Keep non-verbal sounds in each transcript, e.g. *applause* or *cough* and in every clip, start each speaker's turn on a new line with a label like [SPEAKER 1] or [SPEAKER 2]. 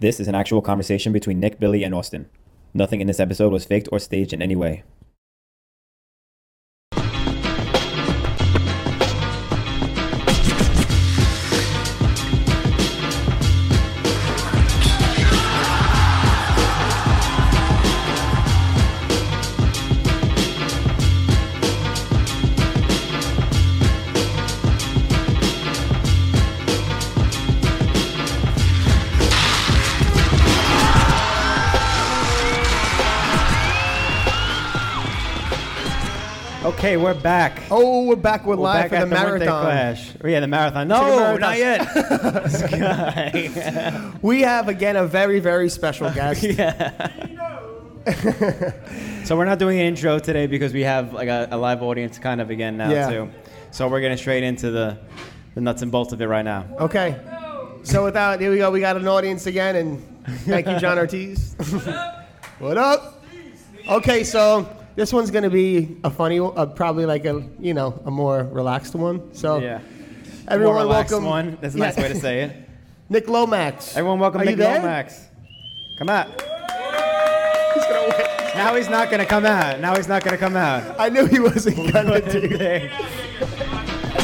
[SPEAKER 1] This is an actual conversation between Nick, Billy, and Austin. Nothing in this episode was faked or staged in any way. Okay, we're back.
[SPEAKER 2] Oh, we're back. We're,
[SPEAKER 1] We're
[SPEAKER 2] live
[SPEAKER 1] back
[SPEAKER 2] for the
[SPEAKER 1] at the Winter
[SPEAKER 2] marathon.
[SPEAKER 1] Clash. Oh, Yeah, the marathon.
[SPEAKER 2] Let's
[SPEAKER 1] No,
[SPEAKER 2] take a
[SPEAKER 1] not yet. This guy.
[SPEAKER 2] We have again a very,
[SPEAKER 1] *laughs*
[SPEAKER 2] very special guest. *laughs*
[SPEAKER 1] so we're not doing an intro today because we have like a, a live audience kind of again now
[SPEAKER 2] Yeah.
[SPEAKER 1] too. So we're getting straight into the, the nuts and bolts of it right now.
[SPEAKER 2] Okay. So without here we go. We got an audience again, and thank
[SPEAKER 1] *laughs*
[SPEAKER 2] you, John Ortiz. *laughs* what up? Okay, so this one's gonna be a funny, one, uh, probably like a you know a more relaxed one. So
[SPEAKER 1] Yeah.
[SPEAKER 2] everyone,
[SPEAKER 1] More relaxed
[SPEAKER 2] welcome.
[SPEAKER 1] One. That's a
[SPEAKER 2] Yeah.
[SPEAKER 1] nice way to say it.
[SPEAKER 2] *laughs* Nick Lomax.
[SPEAKER 1] Everyone, welcome
[SPEAKER 2] Are
[SPEAKER 1] Nick
[SPEAKER 2] you there?
[SPEAKER 1] Lomax. Come out.
[SPEAKER 2] *laughs* He's gonna wait.
[SPEAKER 1] Now he's not gonna come out. Now he's not gonna come out.
[SPEAKER 2] I knew he wasn't gonna do that.
[SPEAKER 1] There.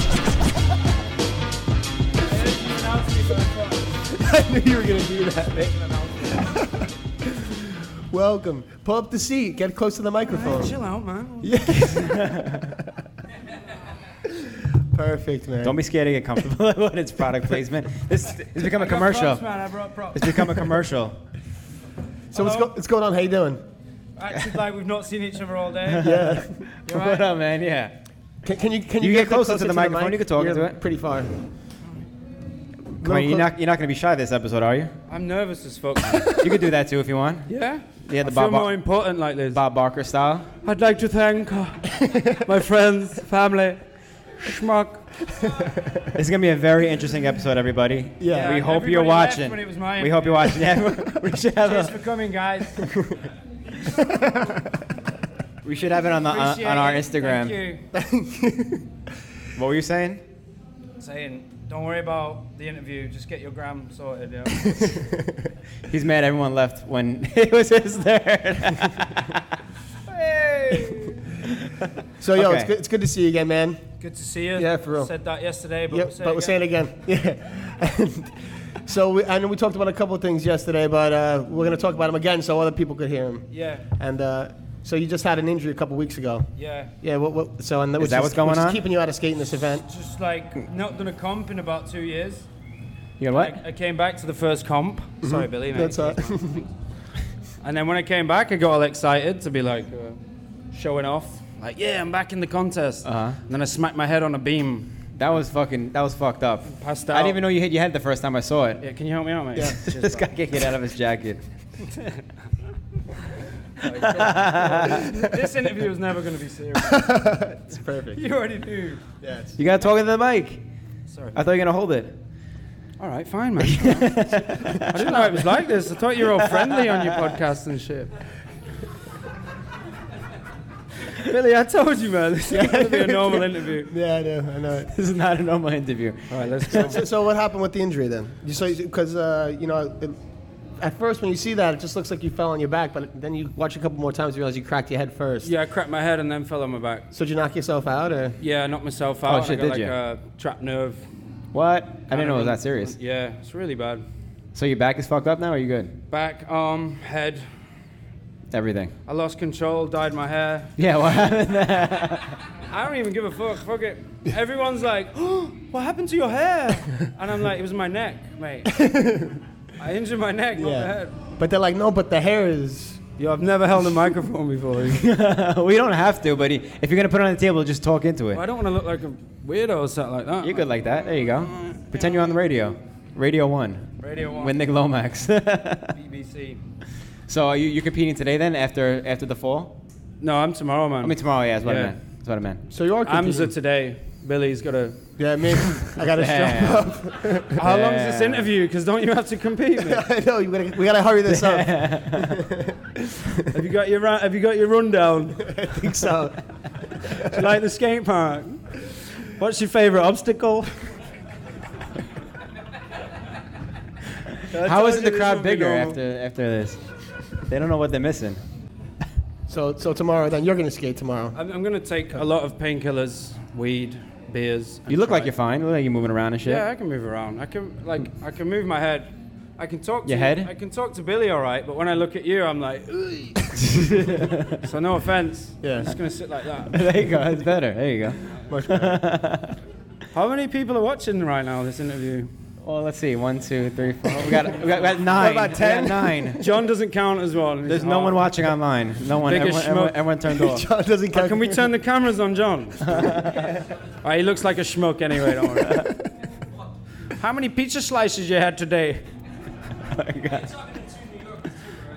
[SPEAKER 2] I knew you were gonna do that. man. Welcome. Pull up the seat. Get close to the microphone.
[SPEAKER 3] Chill out, man.
[SPEAKER 2] Perfect,
[SPEAKER 1] *laughs*
[SPEAKER 2] man.
[SPEAKER 1] Don't be scared to get comfortable *laughs* when it's product placement. This has become a commercial.
[SPEAKER 3] man. I brought props.
[SPEAKER 1] It's become a
[SPEAKER 3] *laughs*
[SPEAKER 1] commercial.
[SPEAKER 2] so what's, go-
[SPEAKER 3] Hello?
[SPEAKER 2] what's going on? How you doing?
[SPEAKER 3] Acted like we've not seen each other
[SPEAKER 1] *laughs*
[SPEAKER 3] all day.
[SPEAKER 2] Yeah.
[SPEAKER 3] You're
[SPEAKER 1] What up, man? Yeah.
[SPEAKER 2] Can, can you can
[SPEAKER 1] You
[SPEAKER 2] you,
[SPEAKER 1] get
[SPEAKER 2] a bit
[SPEAKER 1] closer to the
[SPEAKER 2] mic?
[SPEAKER 1] microphone, you can talk
[SPEAKER 2] You're
[SPEAKER 1] into it.
[SPEAKER 2] Pretty far.
[SPEAKER 1] Come on, you're not, you're not gonna be shy this episode, are you?
[SPEAKER 3] I'm nervous as fuck.
[SPEAKER 1] You could do that too if you want.
[SPEAKER 3] yeah?
[SPEAKER 1] Yeah, the Bob
[SPEAKER 3] I feel
[SPEAKER 1] Bar-
[SPEAKER 3] more important like this.
[SPEAKER 1] Bob Barker style.
[SPEAKER 3] I'd like to
[SPEAKER 1] *laughs*
[SPEAKER 3] thank uh, my friends, family, schmuck.
[SPEAKER 1] This is gonna be a very interesting episode, everybody.
[SPEAKER 2] Yeah.
[SPEAKER 1] we
[SPEAKER 2] Yeah,
[SPEAKER 1] hope you're
[SPEAKER 3] everybody laughed
[SPEAKER 1] watching.
[SPEAKER 3] when it was mine.
[SPEAKER 1] We hope you're
[SPEAKER 3] *laughs*
[SPEAKER 1] watching. Yeah, *laughs* we should have
[SPEAKER 3] Thanks
[SPEAKER 1] a,
[SPEAKER 3] for
[SPEAKER 1] *laughs*
[SPEAKER 3] coming, guys.
[SPEAKER 1] we should have it on the on,
[SPEAKER 3] Appreciate
[SPEAKER 1] on our
[SPEAKER 3] it.
[SPEAKER 1] Instagram.
[SPEAKER 3] Thank
[SPEAKER 1] What were you saying?
[SPEAKER 3] you. Saying, don't worry about the interview. Just get your gram sorted. Yeah.
[SPEAKER 1] *laughs* He's mad everyone left when *laughs* it was his turn.
[SPEAKER 3] *laughs* hey!
[SPEAKER 2] So yo,
[SPEAKER 1] Okay.
[SPEAKER 2] it's, good, it's good to see you again, man.
[SPEAKER 3] Good to see you.
[SPEAKER 2] Yeah, for real.
[SPEAKER 3] Said that yesterday, but
[SPEAKER 2] Yep,
[SPEAKER 3] we'll say
[SPEAKER 2] but we're
[SPEAKER 3] it
[SPEAKER 2] saying
[SPEAKER 3] again.
[SPEAKER 2] it again. *laughs* Yeah. And so we, I know we talked about a couple of things yesterday, but uh, we're gonna talk about them again so other people could hear them.
[SPEAKER 3] Yeah,
[SPEAKER 2] And uh, so you just had an injury a couple of weeks ago.
[SPEAKER 3] yeah.
[SPEAKER 2] Yeah. What, what, so and that was
[SPEAKER 1] that what's going on?
[SPEAKER 2] keeping you out of skating this event.
[SPEAKER 3] Just like not done a comp in about two years.
[SPEAKER 1] You know what?
[SPEAKER 3] I came back to the first comp. Sorry, Billy. Mate.
[SPEAKER 2] That's all. *laughs*
[SPEAKER 3] And then when I came back, I got all excited to be like uh, showing off. Like, yeah, I'm back in the contest.
[SPEAKER 1] Uh-huh.
[SPEAKER 3] And then I smacked my head on a beam.
[SPEAKER 1] That was fucking. That was fucked up.
[SPEAKER 3] Passed
[SPEAKER 1] I
[SPEAKER 3] out.
[SPEAKER 1] didn't even know you hit your head the first time I saw it. *laughs*
[SPEAKER 3] Yeah, can you help me out, *laughs* mate?
[SPEAKER 2] Yeah.
[SPEAKER 1] this guy can't get out of his
[SPEAKER 3] *laughs*
[SPEAKER 1] jacket.
[SPEAKER 3] this interview is never going to be serious.
[SPEAKER 2] it's perfect.
[SPEAKER 3] you already do.
[SPEAKER 2] Yeah. It's,
[SPEAKER 1] You gotta talk into the mic.
[SPEAKER 3] Sorry.
[SPEAKER 1] I thought you were gonna hold it.
[SPEAKER 3] *laughs* All right, fine, man. *laughs* I didn't know it was like this. I thought you were all friendly on your podcast and shit. Billy, I told you, man. This is going to be a normal interview.
[SPEAKER 2] yeah, I know. I know it.
[SPEAKER 1] *laughs* This is not a normal interview.
[SPEAKER 3] All right, let's go.
[SPEAKER 2] So, so what happened with the injury then? You so because uh, you know, it, at first when you see that, it just looks like you fell on your back. But then you watch a couple more times, you realize you cracked your head first.
[SPEAKER 3] Yeah, I cracked my head and then fell on my back.
[SPEAKER 2] So did you knock yourself out, or
[SPEAKER 3] Yeah, I knocked myself out.
[SPEAKER 1] shit,
[SPEAKER 3] I got
[SPEAKER 1] did
[SPEAKER 3] like
[SPEAKER 1] you?
[SPEAKER 3] a trapped nerve.
[SPEAKER 1] What? I didn't know it was that serious.
[SPEAKER 3] Yeah, it's really bad.
[SPEAKER 1] So your back is fucked up now, or you good?
[SPEAKER 3] Back, arm, head.
[SPEAKER 1] Everything. *laughs*
[SPEAKER 3] I lost control, dyed my hair.
[SPEAKER 1] Yeah. What happened? *laughs*
[SPEAKER 3] I don't even give a fuck. Fuck it. Everyone's like, *gasps* oh, what happened to your hair? And I'm like, it was my neck,
[SPEAKER 1] *laughs*
[SPEAKER 3] mate. I injured my neck, not my head.
[SPEAKER 2] But they're like, no, but the hair is.
[SPEAKER 3] Yo, I've never held a microphone before.
[SPEAKER 1] we don't have to, but if you're gonna put it on the table, just talk into it.
[SPEAKER 3] I don't want to look like a weirdo or something like that.
[SPEAKER 1] You're good like that. There you go. Pretend you're on the radio. Radio One.
[SPEAKER 3] Radio 1,
[SPEAKER 1] With Nick Lomax. *laughs*
[SPEAKER 3] BBC.
[SPEAKER 1] so are you you're competing today then after after the fall?
[SPEAKER 3] No, I'm tomorrow, man.
[SPEAKER 1] I mean tomorrow, yeah, that's what I
[SPEAKER 3] Yeah.
[SPEAKER 1] meant. That's what I meant.
[SPEAKER 2] So you are.
[SPEAKER 3] Amza
[SPEAKER 2] competing.
[SPEAKER 3] today. Billy's got to.
[SPEAKER 2] Yeah, me. I
[SPEAKER 3] *laughs*
[SPEAKER 2] got to
[SPEAKER 1] Damn.
[SPEAKER 2] strap up. *laughs*
[SPEAKER 3] How long is this
[SPEAKER 1] Yeah.
[SPEAKER 3] interview? Because don't you have to compete, mate?
[SPEAKER 1] *laughs*
[SPEAKER 2] I know you gotta, we gotta hurry this up.
[SPEAKER 3] Have you got your ra- Have you got your rundown?
[SPEAKER 2] *laughs* I think so.
[SPEAKER 3] Do you like the skate park? What's your favorite obstacle?
[SPEAKER 4] How
[SPEAKER 3] told
[SPEAKER 4] isn't
[SPEAKER 3] you
[SPEAKER 4] the
[SPEAKER 3] this
[SPEAKER 4] crowd
[SPEAKER 3] would be
[SPEAKER 4] bigger
[SPEAKER 3] normal.
[SPEAKER 4] after after this? They don't know what they're missing.
[SPEAKER 2] So, so tomorrow, then you're gonna skate tomorrow.
[SPEAKER 3] I'm, I'm gonna take a lot of painkillers, weed, beers. and
[SPEAKER 4] You look like
[SPEAKER 3] try-
[SPEAKER 4] you're fine. You look like you're moving around and shit.
[SPEAKER 3] Yeah, I can move around. I can like I can move my head. I can talk to
[SPEAKER 4] Your head?
[SPEAKER 3] I can talk to Billy all right, but when I look at you, I'm like. "Ugh." *laughs* so no offense.
[SPEAKER 2] Yeah.
[SPEAKER 3] I'm just gonna sit like that.
[SPEAKER 4] *laughs* there you go. That's better. There you go.
[SPEAKER 3] How many people are watching right now this interview?
[SPEAKER 4] Well, let's see. One, two, three, four. We got, we got, we got nine.
[SPEAKER 2] about
[SPEAKER 4] We got
[SPEAKER 2] 10?
[SPEAKER 4] nine.
[SPEAKER 3] John doesn't count as one.
[SPEAKER 4] There's no one watching online. No one.
[SPEAKER 3] Biggest
[SPEAKER 4] Everyone,
[SPEAKER 3] schmuck.
[SPEAKER 4] everyone, everyone
[SPEAKER 3] *laughs*
[SPEAKER 4] turned off.
[SPEAKER 2] *laughs* John doesn't care.
[SPEAKER 3] Oh. Can we turn the cameras on,
[SPEAKER 4] *laughs*
[SPEAKER 3] John? all right, he looks like a schmuck anyway. Don't worry. How many pizza slices you had
[SPEAKER 4] *laughs*
[SPEAKER 3] today?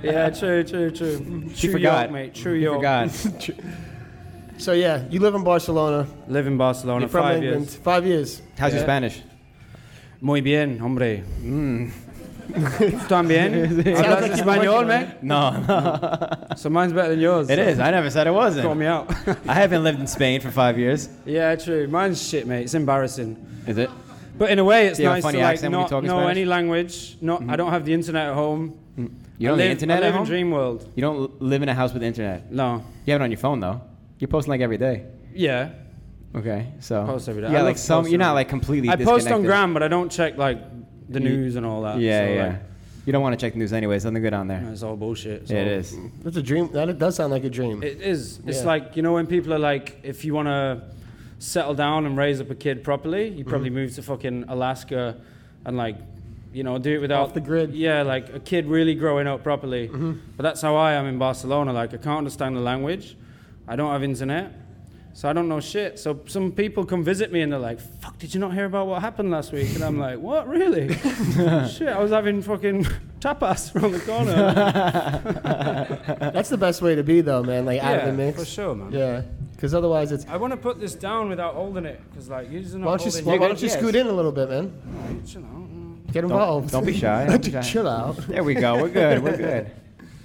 [SPEAKER 3] yeah, true, true, true. She true
[SPEAKER 4] forgot.
[SPEAKER 3] York, mate. True York. *laughs*
[SPEAKER 4] God.
[SPEAKER 2] So yeah, you live in Barcelona.
[SPEAKER 3] Live in Barcelona
[SPEAKER 2] You're from
[SPEAKER 3] five
[SPEAKER 2] England.
[SPEAKER 3] years.
[SPEAKER 2] Five years.
[SPEAKER 4] How's
[SPEAKER 3] *laughs*
[SPEAKER 4] your Spanish?
[SPEAKER 3] Muy bien, hombre.
[SPEAKER 4] Mm.
[SPEAKER 3] *laughs*
[SPEAKER 4] *laughs*
[SPEAKER 3] También. Hablas
[SPEAKER 2] like you're
[SPEAKER 3] español,
[SPEAKER 2] working on
[SPEAKER 3] mate?
[SPEAKER 4] No, no.
[SPEAKER 3] So mine's better than yours.
[SPEAKER 4] It is. I never said it
[SPEAKER 3] Call
[SPEAKER 4] wasn't.
[SPEAKER 3] me out. *laughs*
[SPEAKER 4] I haven't lived in Spain for five years.
[SPEAKER 3] yeah, true. Mine's shit, mate. It's embarrassing.
[SPEAKER 4] Is it?
[SPEAKER 3] But in a way, it's
[SPEAKER 4] Do you have
[SPEAKER 3] nice
[SPEAKER 4] a
[SPEAKER 3] to
[SPEAKER 4] funny
[SPEAKER 3] like
[SPEAKER 4] accent when you
[SPEAKER 3] not
[SPEAKER 4] talk in
[SPEAKER 3] know
[SPEAKER 4] Spanish? Mm-hmm.
[SPEAKER 3] any language. Not, I don't have the internet at home.
[SPEAKER 4] You
[SPEAKER 3] I live,
[SPEAKER 4] don't have the internet
[SPEAKER 3] I live
[SPEAKER 4] at home?
[SPEAKER 3] in dream world.
[SPEAKER 4] You don't l- live in a house with internet.
[SPEAKER 3] No.
[SPEAKER 4] You have it on your phone though. You're posting like every day.
[SPEAKER 3] Yeah.
[SPEAKER 4] Okay, so
[SPEAKER 3] Post every day.
[SPEAKER 4] Yeah,
[SPEAKER 3] I
[SPEAKER 4] like
[SPEAKER 3] love
[SPEAKER 4] some.
[SPEAKER 3] posting
[SPEAKER 4] You're
[SPEAKER 3] every
[SPEAKER 4] not like completely.
[SPEAKER 3] I post on
[SPEAKER 4] disconnected.
[SPEAKER 3] Gram, but I don't check like the news and all that.
[SPEAKER 4] Yeah,
[SPEAKER 3] so,
[SPEAKER 4] yeah.
[SPEAKER 3] Like,
[SPEAKER 4] you don't want to check the news anyway. There's nothing good on there.
[SPEAKER 3] it's all bullshit. So.
[SPEAKER 4] Yeah, it is.
[SPEAKER 2] That's a dream. That does sound like a dream.
[SPEAKER 3] It is. It's
[SPEAKER 2] Yeah.
[SPEAKER 3] like you know when people are like, if you want to settle down and raise up a kid properly, you probably
[SPEAKER 2] Mm-hmm.
[SPEAKER 3] move to fucking Alaska and like, you know, do it without
[SPEAKER 2] Off the grid. Mm-hmm.
[SPEAKER 3] Yeah, like a kid really growing up properly. But that's how I am in Barcelona. Like I can't understand the language. I don't have internet. So I don't know shit. So some people come visit me and they're like, "Fuck, did you not hear about what happened last week?" And I'm like, "What,
[SPEAKER 2] *laughs*
[SPEAKER 3] really? shit, I was having fucking tapas around the corner."
[SPEAKER 2] That's the best way to be though, man. Like out of the
[SPEAKER 3] yeah,
[SPEAKER 2] mix.
[SPEAKER 3] for sure, man.
[SPEAKER 2] Yeah, because otherwise it's.
[SPEAKER 3] I want to put this down without holding it, because like you're just not
[SPEAKER 2] Why don't you,
[SPEAKER 3] holding
[SPEAKER 2] why,
[SPEAKER 3] it.
[SPEAKER 2] why don't you
[SPEAKER 4] Yes.
[SPEAKER 2] scoot in a little bit, man?
[SPEAKER 3] Chill out.
[SPEAKER 2] Get
[SPEAKER 4] Don't,
[SPEAKER 2] involved. *laughs*
[SPEAKER 4] don't be shy. Don't be
[SPEAKER 3] *laughs*
[SPEAKER 4] shy.
[SPEAKER 2] Chill out.
[SPEAKER 4] There we go. We're good. We're good.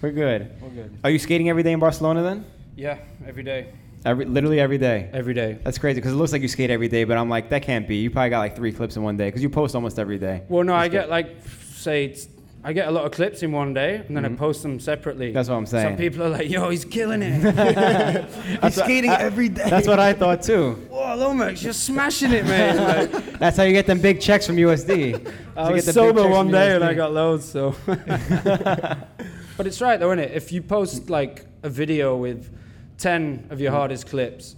[SPEAKER 4] We're good.
[SPEAKER 3] We're good.
[SPEAKER 4] Are you skating every day in Barcelona then?
[SPEAKER 3] Yeah, every day.
[SPEAKER 4] Every, literally every day.
[SPEAKER 3] Every day.
[SPEAKER 4] That's crazy because it looks like you skate every day, but I'm like, that can't be. You probably got like three clips in one day because you post almost every day.
[SPEAKER 3] Well, no, I get like, say, it's- I get a lot of clips in one day, and then I post them separately.
[SPEAKER 4] Mm-hmm. That's what I'm
[SPEAKER 3] Some
[SPEAKER 4] saying.
[SPEAKER 3] people are like, "Yo, he's killing
[SPEAKER 4] *laughs*
[SPEAKER 3] it!
[SPEAKER 2] He's skating every day.
[SPEAKER 4] That's what I thought too.
[SPEAKER 3] Whoa, Lomax, you're smashing it, man!"
[SPEAKER 4] *laughs*
[SPEAKER 3] Like,
[SPEAKER 4] That's how you get them big checks
[SPEAKER 3] *laughs*
[SPEAKER 4] from USD.
[SPEAKER 3] I
[SPEAKER 4] You
[SPEAKER 3] was
[SPEAKER 4] get the big checks
[SPEAKER 3] sober
[SPEAKER 4] from
[SPEAKER 3] one day, uh, and
[SPEAKER 4] USD.
[SPEAKER 3] I got loads. So, *laughs* but it's right though, isn't it? If you post like a video with ten of your hardest clips,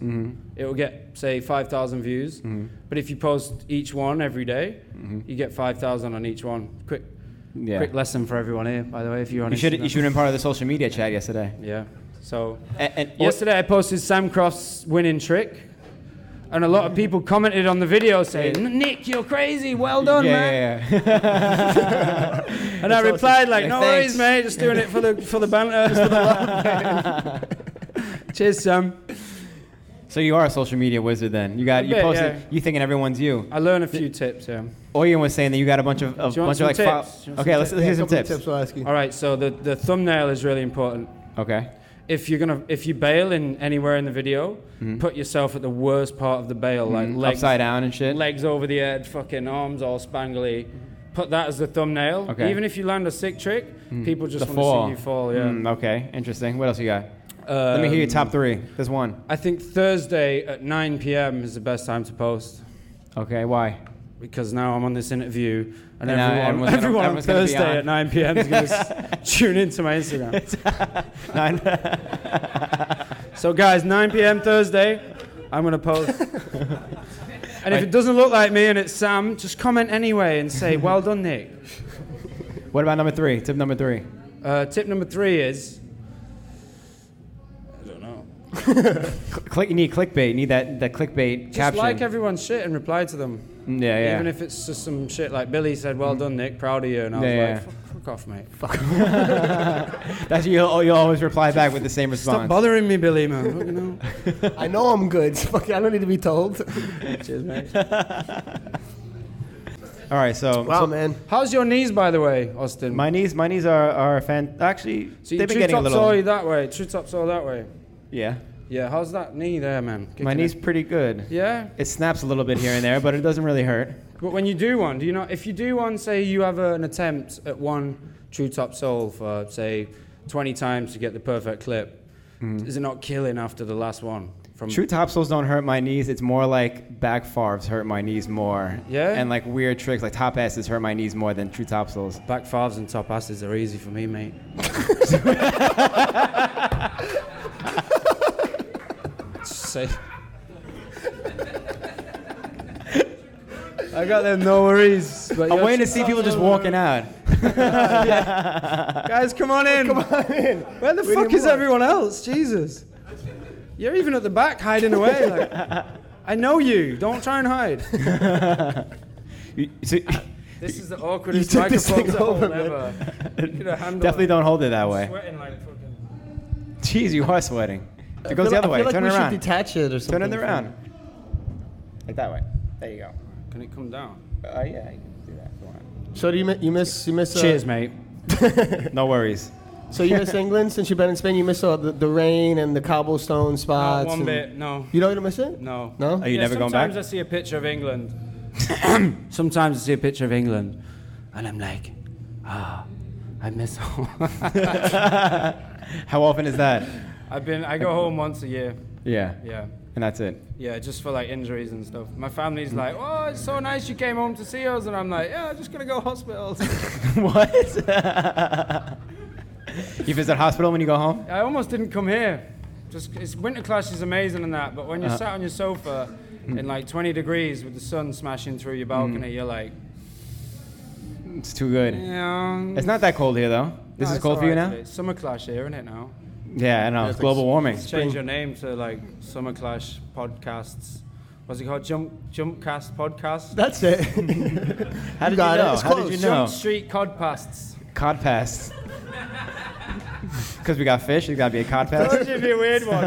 [SPEAKER 3] it will get say five thousand views. But if you post each one every day, you get five thousand on each one. Quick,
[SPEAKER 4] Yeah.
[SPEAKER 3] quick uh, lesson for everyone here, by the way. If you're on,
[SPEAKER 4] You should you
[SPEAKER 3] Instagram.
[SPEAKER 4] should have been part of the social media chat yesterday.
[SPEAKER 3] Yeah. So
[SPEAKER 4] And, and
[SPEAKER 3] yesterday I posted Sam Croft's winning trick. And a lot of people commented on the video saying, "N- "Nick, you're crazy. Well
[SPEAKER 4] yeah,
[SPEAKER 3] done, man."
[SPEAKER 4] yeah, yeah.
[SPEAKER 3] And I replied like,
[SPEAKER 4] Yeah,
[SPEAKER 3] "No worries,
[SPEAKER 4] thanks.
[SPEAKER 3] mate. Just doing it for the for the banter." for the love." *laughs* Cheers, Sam.
[SPEAKER 4] *laughs* So you are a social media wizard then. You got
[SPEAKER 3] A
[SPEAKER 4] you
[SPEAKER 3] bit,
[SPEAKER 4] posted.
[SPEAKER 3] yeah.
[SPEAKER 4] You thinking everyone's you.
[SPEAKER 3] I learned a few tips. Yeah.
[SPEAKER 4] Oyen was saying that you got a bunch of a
[SPEAKER 3] Do you want
[SPEAKER 4] bunch
[SPEAKER 3] some
[SPEAKER 4] of like. fo-
[SPEAKER 3] tips? Do you want
[SPEAKER 4] okay,
[SPEAKER 3] some tips?
[SPEAKER 4] let's, let's hear
[SPEAKER 2] Yeah,
[SPEAKER 4] some
[SPEAKER 2] couple
[SPEAKER 4] tips.
[SPEAKER 2] tips I'll ask you.
[SPEAKER 3] All right. So the the thumbnail is really important.
[SPEAKER 4] Okay.
[SPEAKER 3] If you're gonna if you bail in anywhere in the video, put yourself at the worst part of the bail, like legs
[SPEAKER 4] Hmm. Upside down and shit.
[SPEAKER 3] legs over the head, fucking arms all spangly. Put that as the thumbnail.
[SPEAKER 4] Okay. Hmm.
[SPEAKER 3] Even if you land a sick trick, people
[SPEAKER 4] the
[SPEAKER 3] just
[SPEAKER 4] fall.
[SPEAKER 3] want to see you fall. Yeah.
[SPEAKER 4] Mm, okay. Interesting. What else you got? Let me hear your
[SPEAKER 3] Um,
[SPEAKER 4] top three. There's one.
[SPEAKER 3] I think Thursday at 9 p.m. is the best time to post.
[SPEAKER 4] Okay. Why? *laughs*
[SPEAKER 3] because now I'm on this interview, and,
[SPEAKER 4] And now everyone's
[SPEAKER 3] everyone, everyone on
[SPEAKER 4] gonna- everyone's gonna be
[SPEAKER 3] Thursday
[SPEAKER 4] on.
[SPEAKER 3] at 9 p.m. is going
[SPEAKER 4] *laughs*
[SPEAKER 3] to tune into my Instagram.
[SPEAKER 4] Nine.
[SPEAKER 3] So, guys, 9 p.m. Thursday, I'm going to post.
[SPEAKER 4] *laughs*
[SPEAKER 3] And if it doesn't look like me and it's Sam, just comment anyway and say, well done, Nick.
[SPEAKER 4] what about number three? Tip number three.
[SPEAKER 3] Uh, tip number three is. I don't know.
[SPEAKER 4] Click. You need clickbait. You need that that clickbait
[SPEAKER 3] Just
[SPEAKER 4] caption.
[SPEAKER 3] like everyone's shit and reply to them.
[SPEAKER 4] Mm, yeah. Yeah.
[SPEAKER 3] Even if it's just some shit like Billy said, well done, Nick, proud of you. And I was
[SPEAKER 4] Yeah, yeah.
[SPEAKER 3] like, fuck, fuck off, mate.
[SPEAKER 4] That's you'll, you'll always reply back with the same
[SPEAKER 3] Stop
[SPEAKER 4] response.
[SPEAKER 3] bothering me, Billy, man. Fucking hell.
[SPEAKER 2] I know I'm good. Fuck, I don't need to be
[SPEAKER 4] *laughs*
[SPEAKER 2] told.
[SPEAKER 3] Cheers, mate.
[SPEAKER 4] All right. So.
[SPEAKER 2] Wow,
[SPEAKER 4] so
[SPEAKER 2] man.
[SPEAKER 3] How's your knees, by the way, Austin?
[SPEAKER 4] my knees, my knees are are fan. Actually,
[SPEAKER 3] so you
[SPEAKER 4] they've been
[SPEAKER 3] true
[SPEAKER 4] getting a
[SPEAKER 3] top
[SPEAKER 4] little.
[SPEAKER 3] sole that way, true top sole that way.
[SPEAKER 4] Yeah,
[SPEAKER 3] Yeah, how's that knee there, man?
[SPEAKER 4] my
[SPEAKER 3] Kicking
[SPEAKER 4] knee's
[SPEAKER 3] it.
[SPEAKER 4] pretty good.
[SPEAKER 3] Yeah,
[SPEAKER 4] It snaps a little bit here and there, but it doesn't really hurt.
[SPEAKER 3] But when you do one, do you not? If you do one, say you have a, an attempt at one true top soul for say 20 times to get the perfect clip. Is it not killing after the last one? From
[SPEAKER 4] Hmm. True topsoils don't hurt my knees. It's more like back farves hurt my knees more.
[SPEAKER 3] Yeah?
[SPEAKER 4] And like weird tricks, like top asses hurt my knees more than true topsoils.
[SPEAKER 3] back fives and top asses are easy for me,
[SPEAKER 4] *laughs*
[SPEAKER 3] mate. say. I got them, no worries. But
[SPEAKER 4] I'm
[SPEAKER 3] your
[SPEAKER 4] waiting to see people just walking out.
[SPEAKER 2] *laughs*
[SPEAKER 3] Guys, come on in. Where the
[SPEAKER 2] We
[SPEAKER 3] fuck
[SPEAKER 2] need
[SPEAKER 3] is
[SPEAKER 2] more.
[SPEAKER 3] everyone else? Jesus. You're even at the back hiding away. Like, I know you. Don't try and hide.
[SPEAKER 4] You- so-
[SPEAKER 3] This is the awkwardest
[SPEAKER 4] took this
[SPEAKER 3] microphone
[SPEAKER 4] thing
[SPEAKER 3] to hold
[SPEAKER 4] over, man.
[SPEAKER 3] ever. You could have handled
[SPEAKER 4] *laughs* definitely
[SPEAKER 3] it.
[SPEAKER 4] don't hold it that way.
[SPEAKER 3] Sweating like fucking.
[SPEAKER 4] Jeez, you are sweating. It goes the other way.
[SPEAKER 2] I feel like
[SPEAKER 4] Turn
[SPEAKER 2] we
[SPEAKER 4] it
[SPEAKER 2] should
[SPEAKER 4] around.
[SPEAKER 2] detach it or something.
[SPEAKER 4] Turn it around. Like that way. There you go.
[SPEAKER 3] Can it come down?
[SPEAKER 2] Oh,
[SPEAKER 4] Uh, yeah, you can do that. Go on.
[SPEAKER 2] So do you mi- you miss you miss uh,
[SPEAKER 3] mate.
[SPEAKER 2] *laughs*
[SPEAKER 4] No worries.
[SPEAKER 2] So you miss England since you've been in Spain. You miss all the, the rain and the cobblestone spots.
[SPEAKER 3] one
[SPEAKER 2] and-
[SPEAKER 3] bit. No.
[SPEAKER 2] You don't miss it?
[SPEAKER 3] No.
[SPEAKER 2] Ah, No.
[SPEAKER 4] Are you never going back?
[SPEAKER 3] Sometimes I see a picture of England. *coughs* sometimes I see a picture of England, and I'm like, ah, I miss *laughs* home.
[SPEAKER 4] How often is that?
[SPEAKER 3] I've been. I go home once a year.
[SPEAKER 4] Yeah.
[SPEAKER 3] Yeah.
[SPEAKER 4] And that's it. *laughs*
[SPEAKER 3] Yeah, just for like injuries and stuff. My family's like, "Oh, it's so nice you came home to see us," and I'm like, "Yeah, I'm just gonna go *laughs* hospital."
[SPEAKER 4] what? you visit hospital when you go home?
[SPEAKER 3] I almost didn't come here. Just it's winter clash is amazing and that, but when
[SPEAKER 4] Uh-huh.
[SPEAKER 3] you're sat on your sofa
[SPEAKER 4] Hmm.
[SPEAKER 3] in like 20 degrees with the sun smashing through your balcony, you're like,
[SPEAKER 4] It's too good.
[SPEAKER 3] yeah.
[SPEAKER 4] It's not that cold here though. This
[SPEAKER 3] no,
[SPEAKER 4] is
[SPEAKER 3] it's
[SPEAKER 4] cold for you
[SPEAKER 3] alright
[SPEAKER 4] now?
[SPEAKER 3] today. Summer clash here, isn't it now?
[SPEAKER 4] Yeah, I know. It's global warming.
[SPEAKER 3] Change your name to like Summer Clash Podcasts. What's it called? Jump Jump Cast Podcast.
[SPEAKER 2] That's
[SPEAKER 4] *laughs*
[SPEAKER 2] it.
[SPEAKER 4] How did you
[SPEAKER 2] got it.
[SPEAKER 4] know?
[SPEAKER 2] It's
[SPEAKER 4] How did
[SPEAKER 2] close.
[SPEAKER 4] you know?
[SPEAKER 3] Jump Street Codpasts.
[SPEAKER 4] *laughs* Cod pass. Because we got fish, it's got to be a cod
[SPEAKER 2] *laughs*
[SPEAKER 4] pass.
[SPEAKER 3] Told you it'd be a weird one.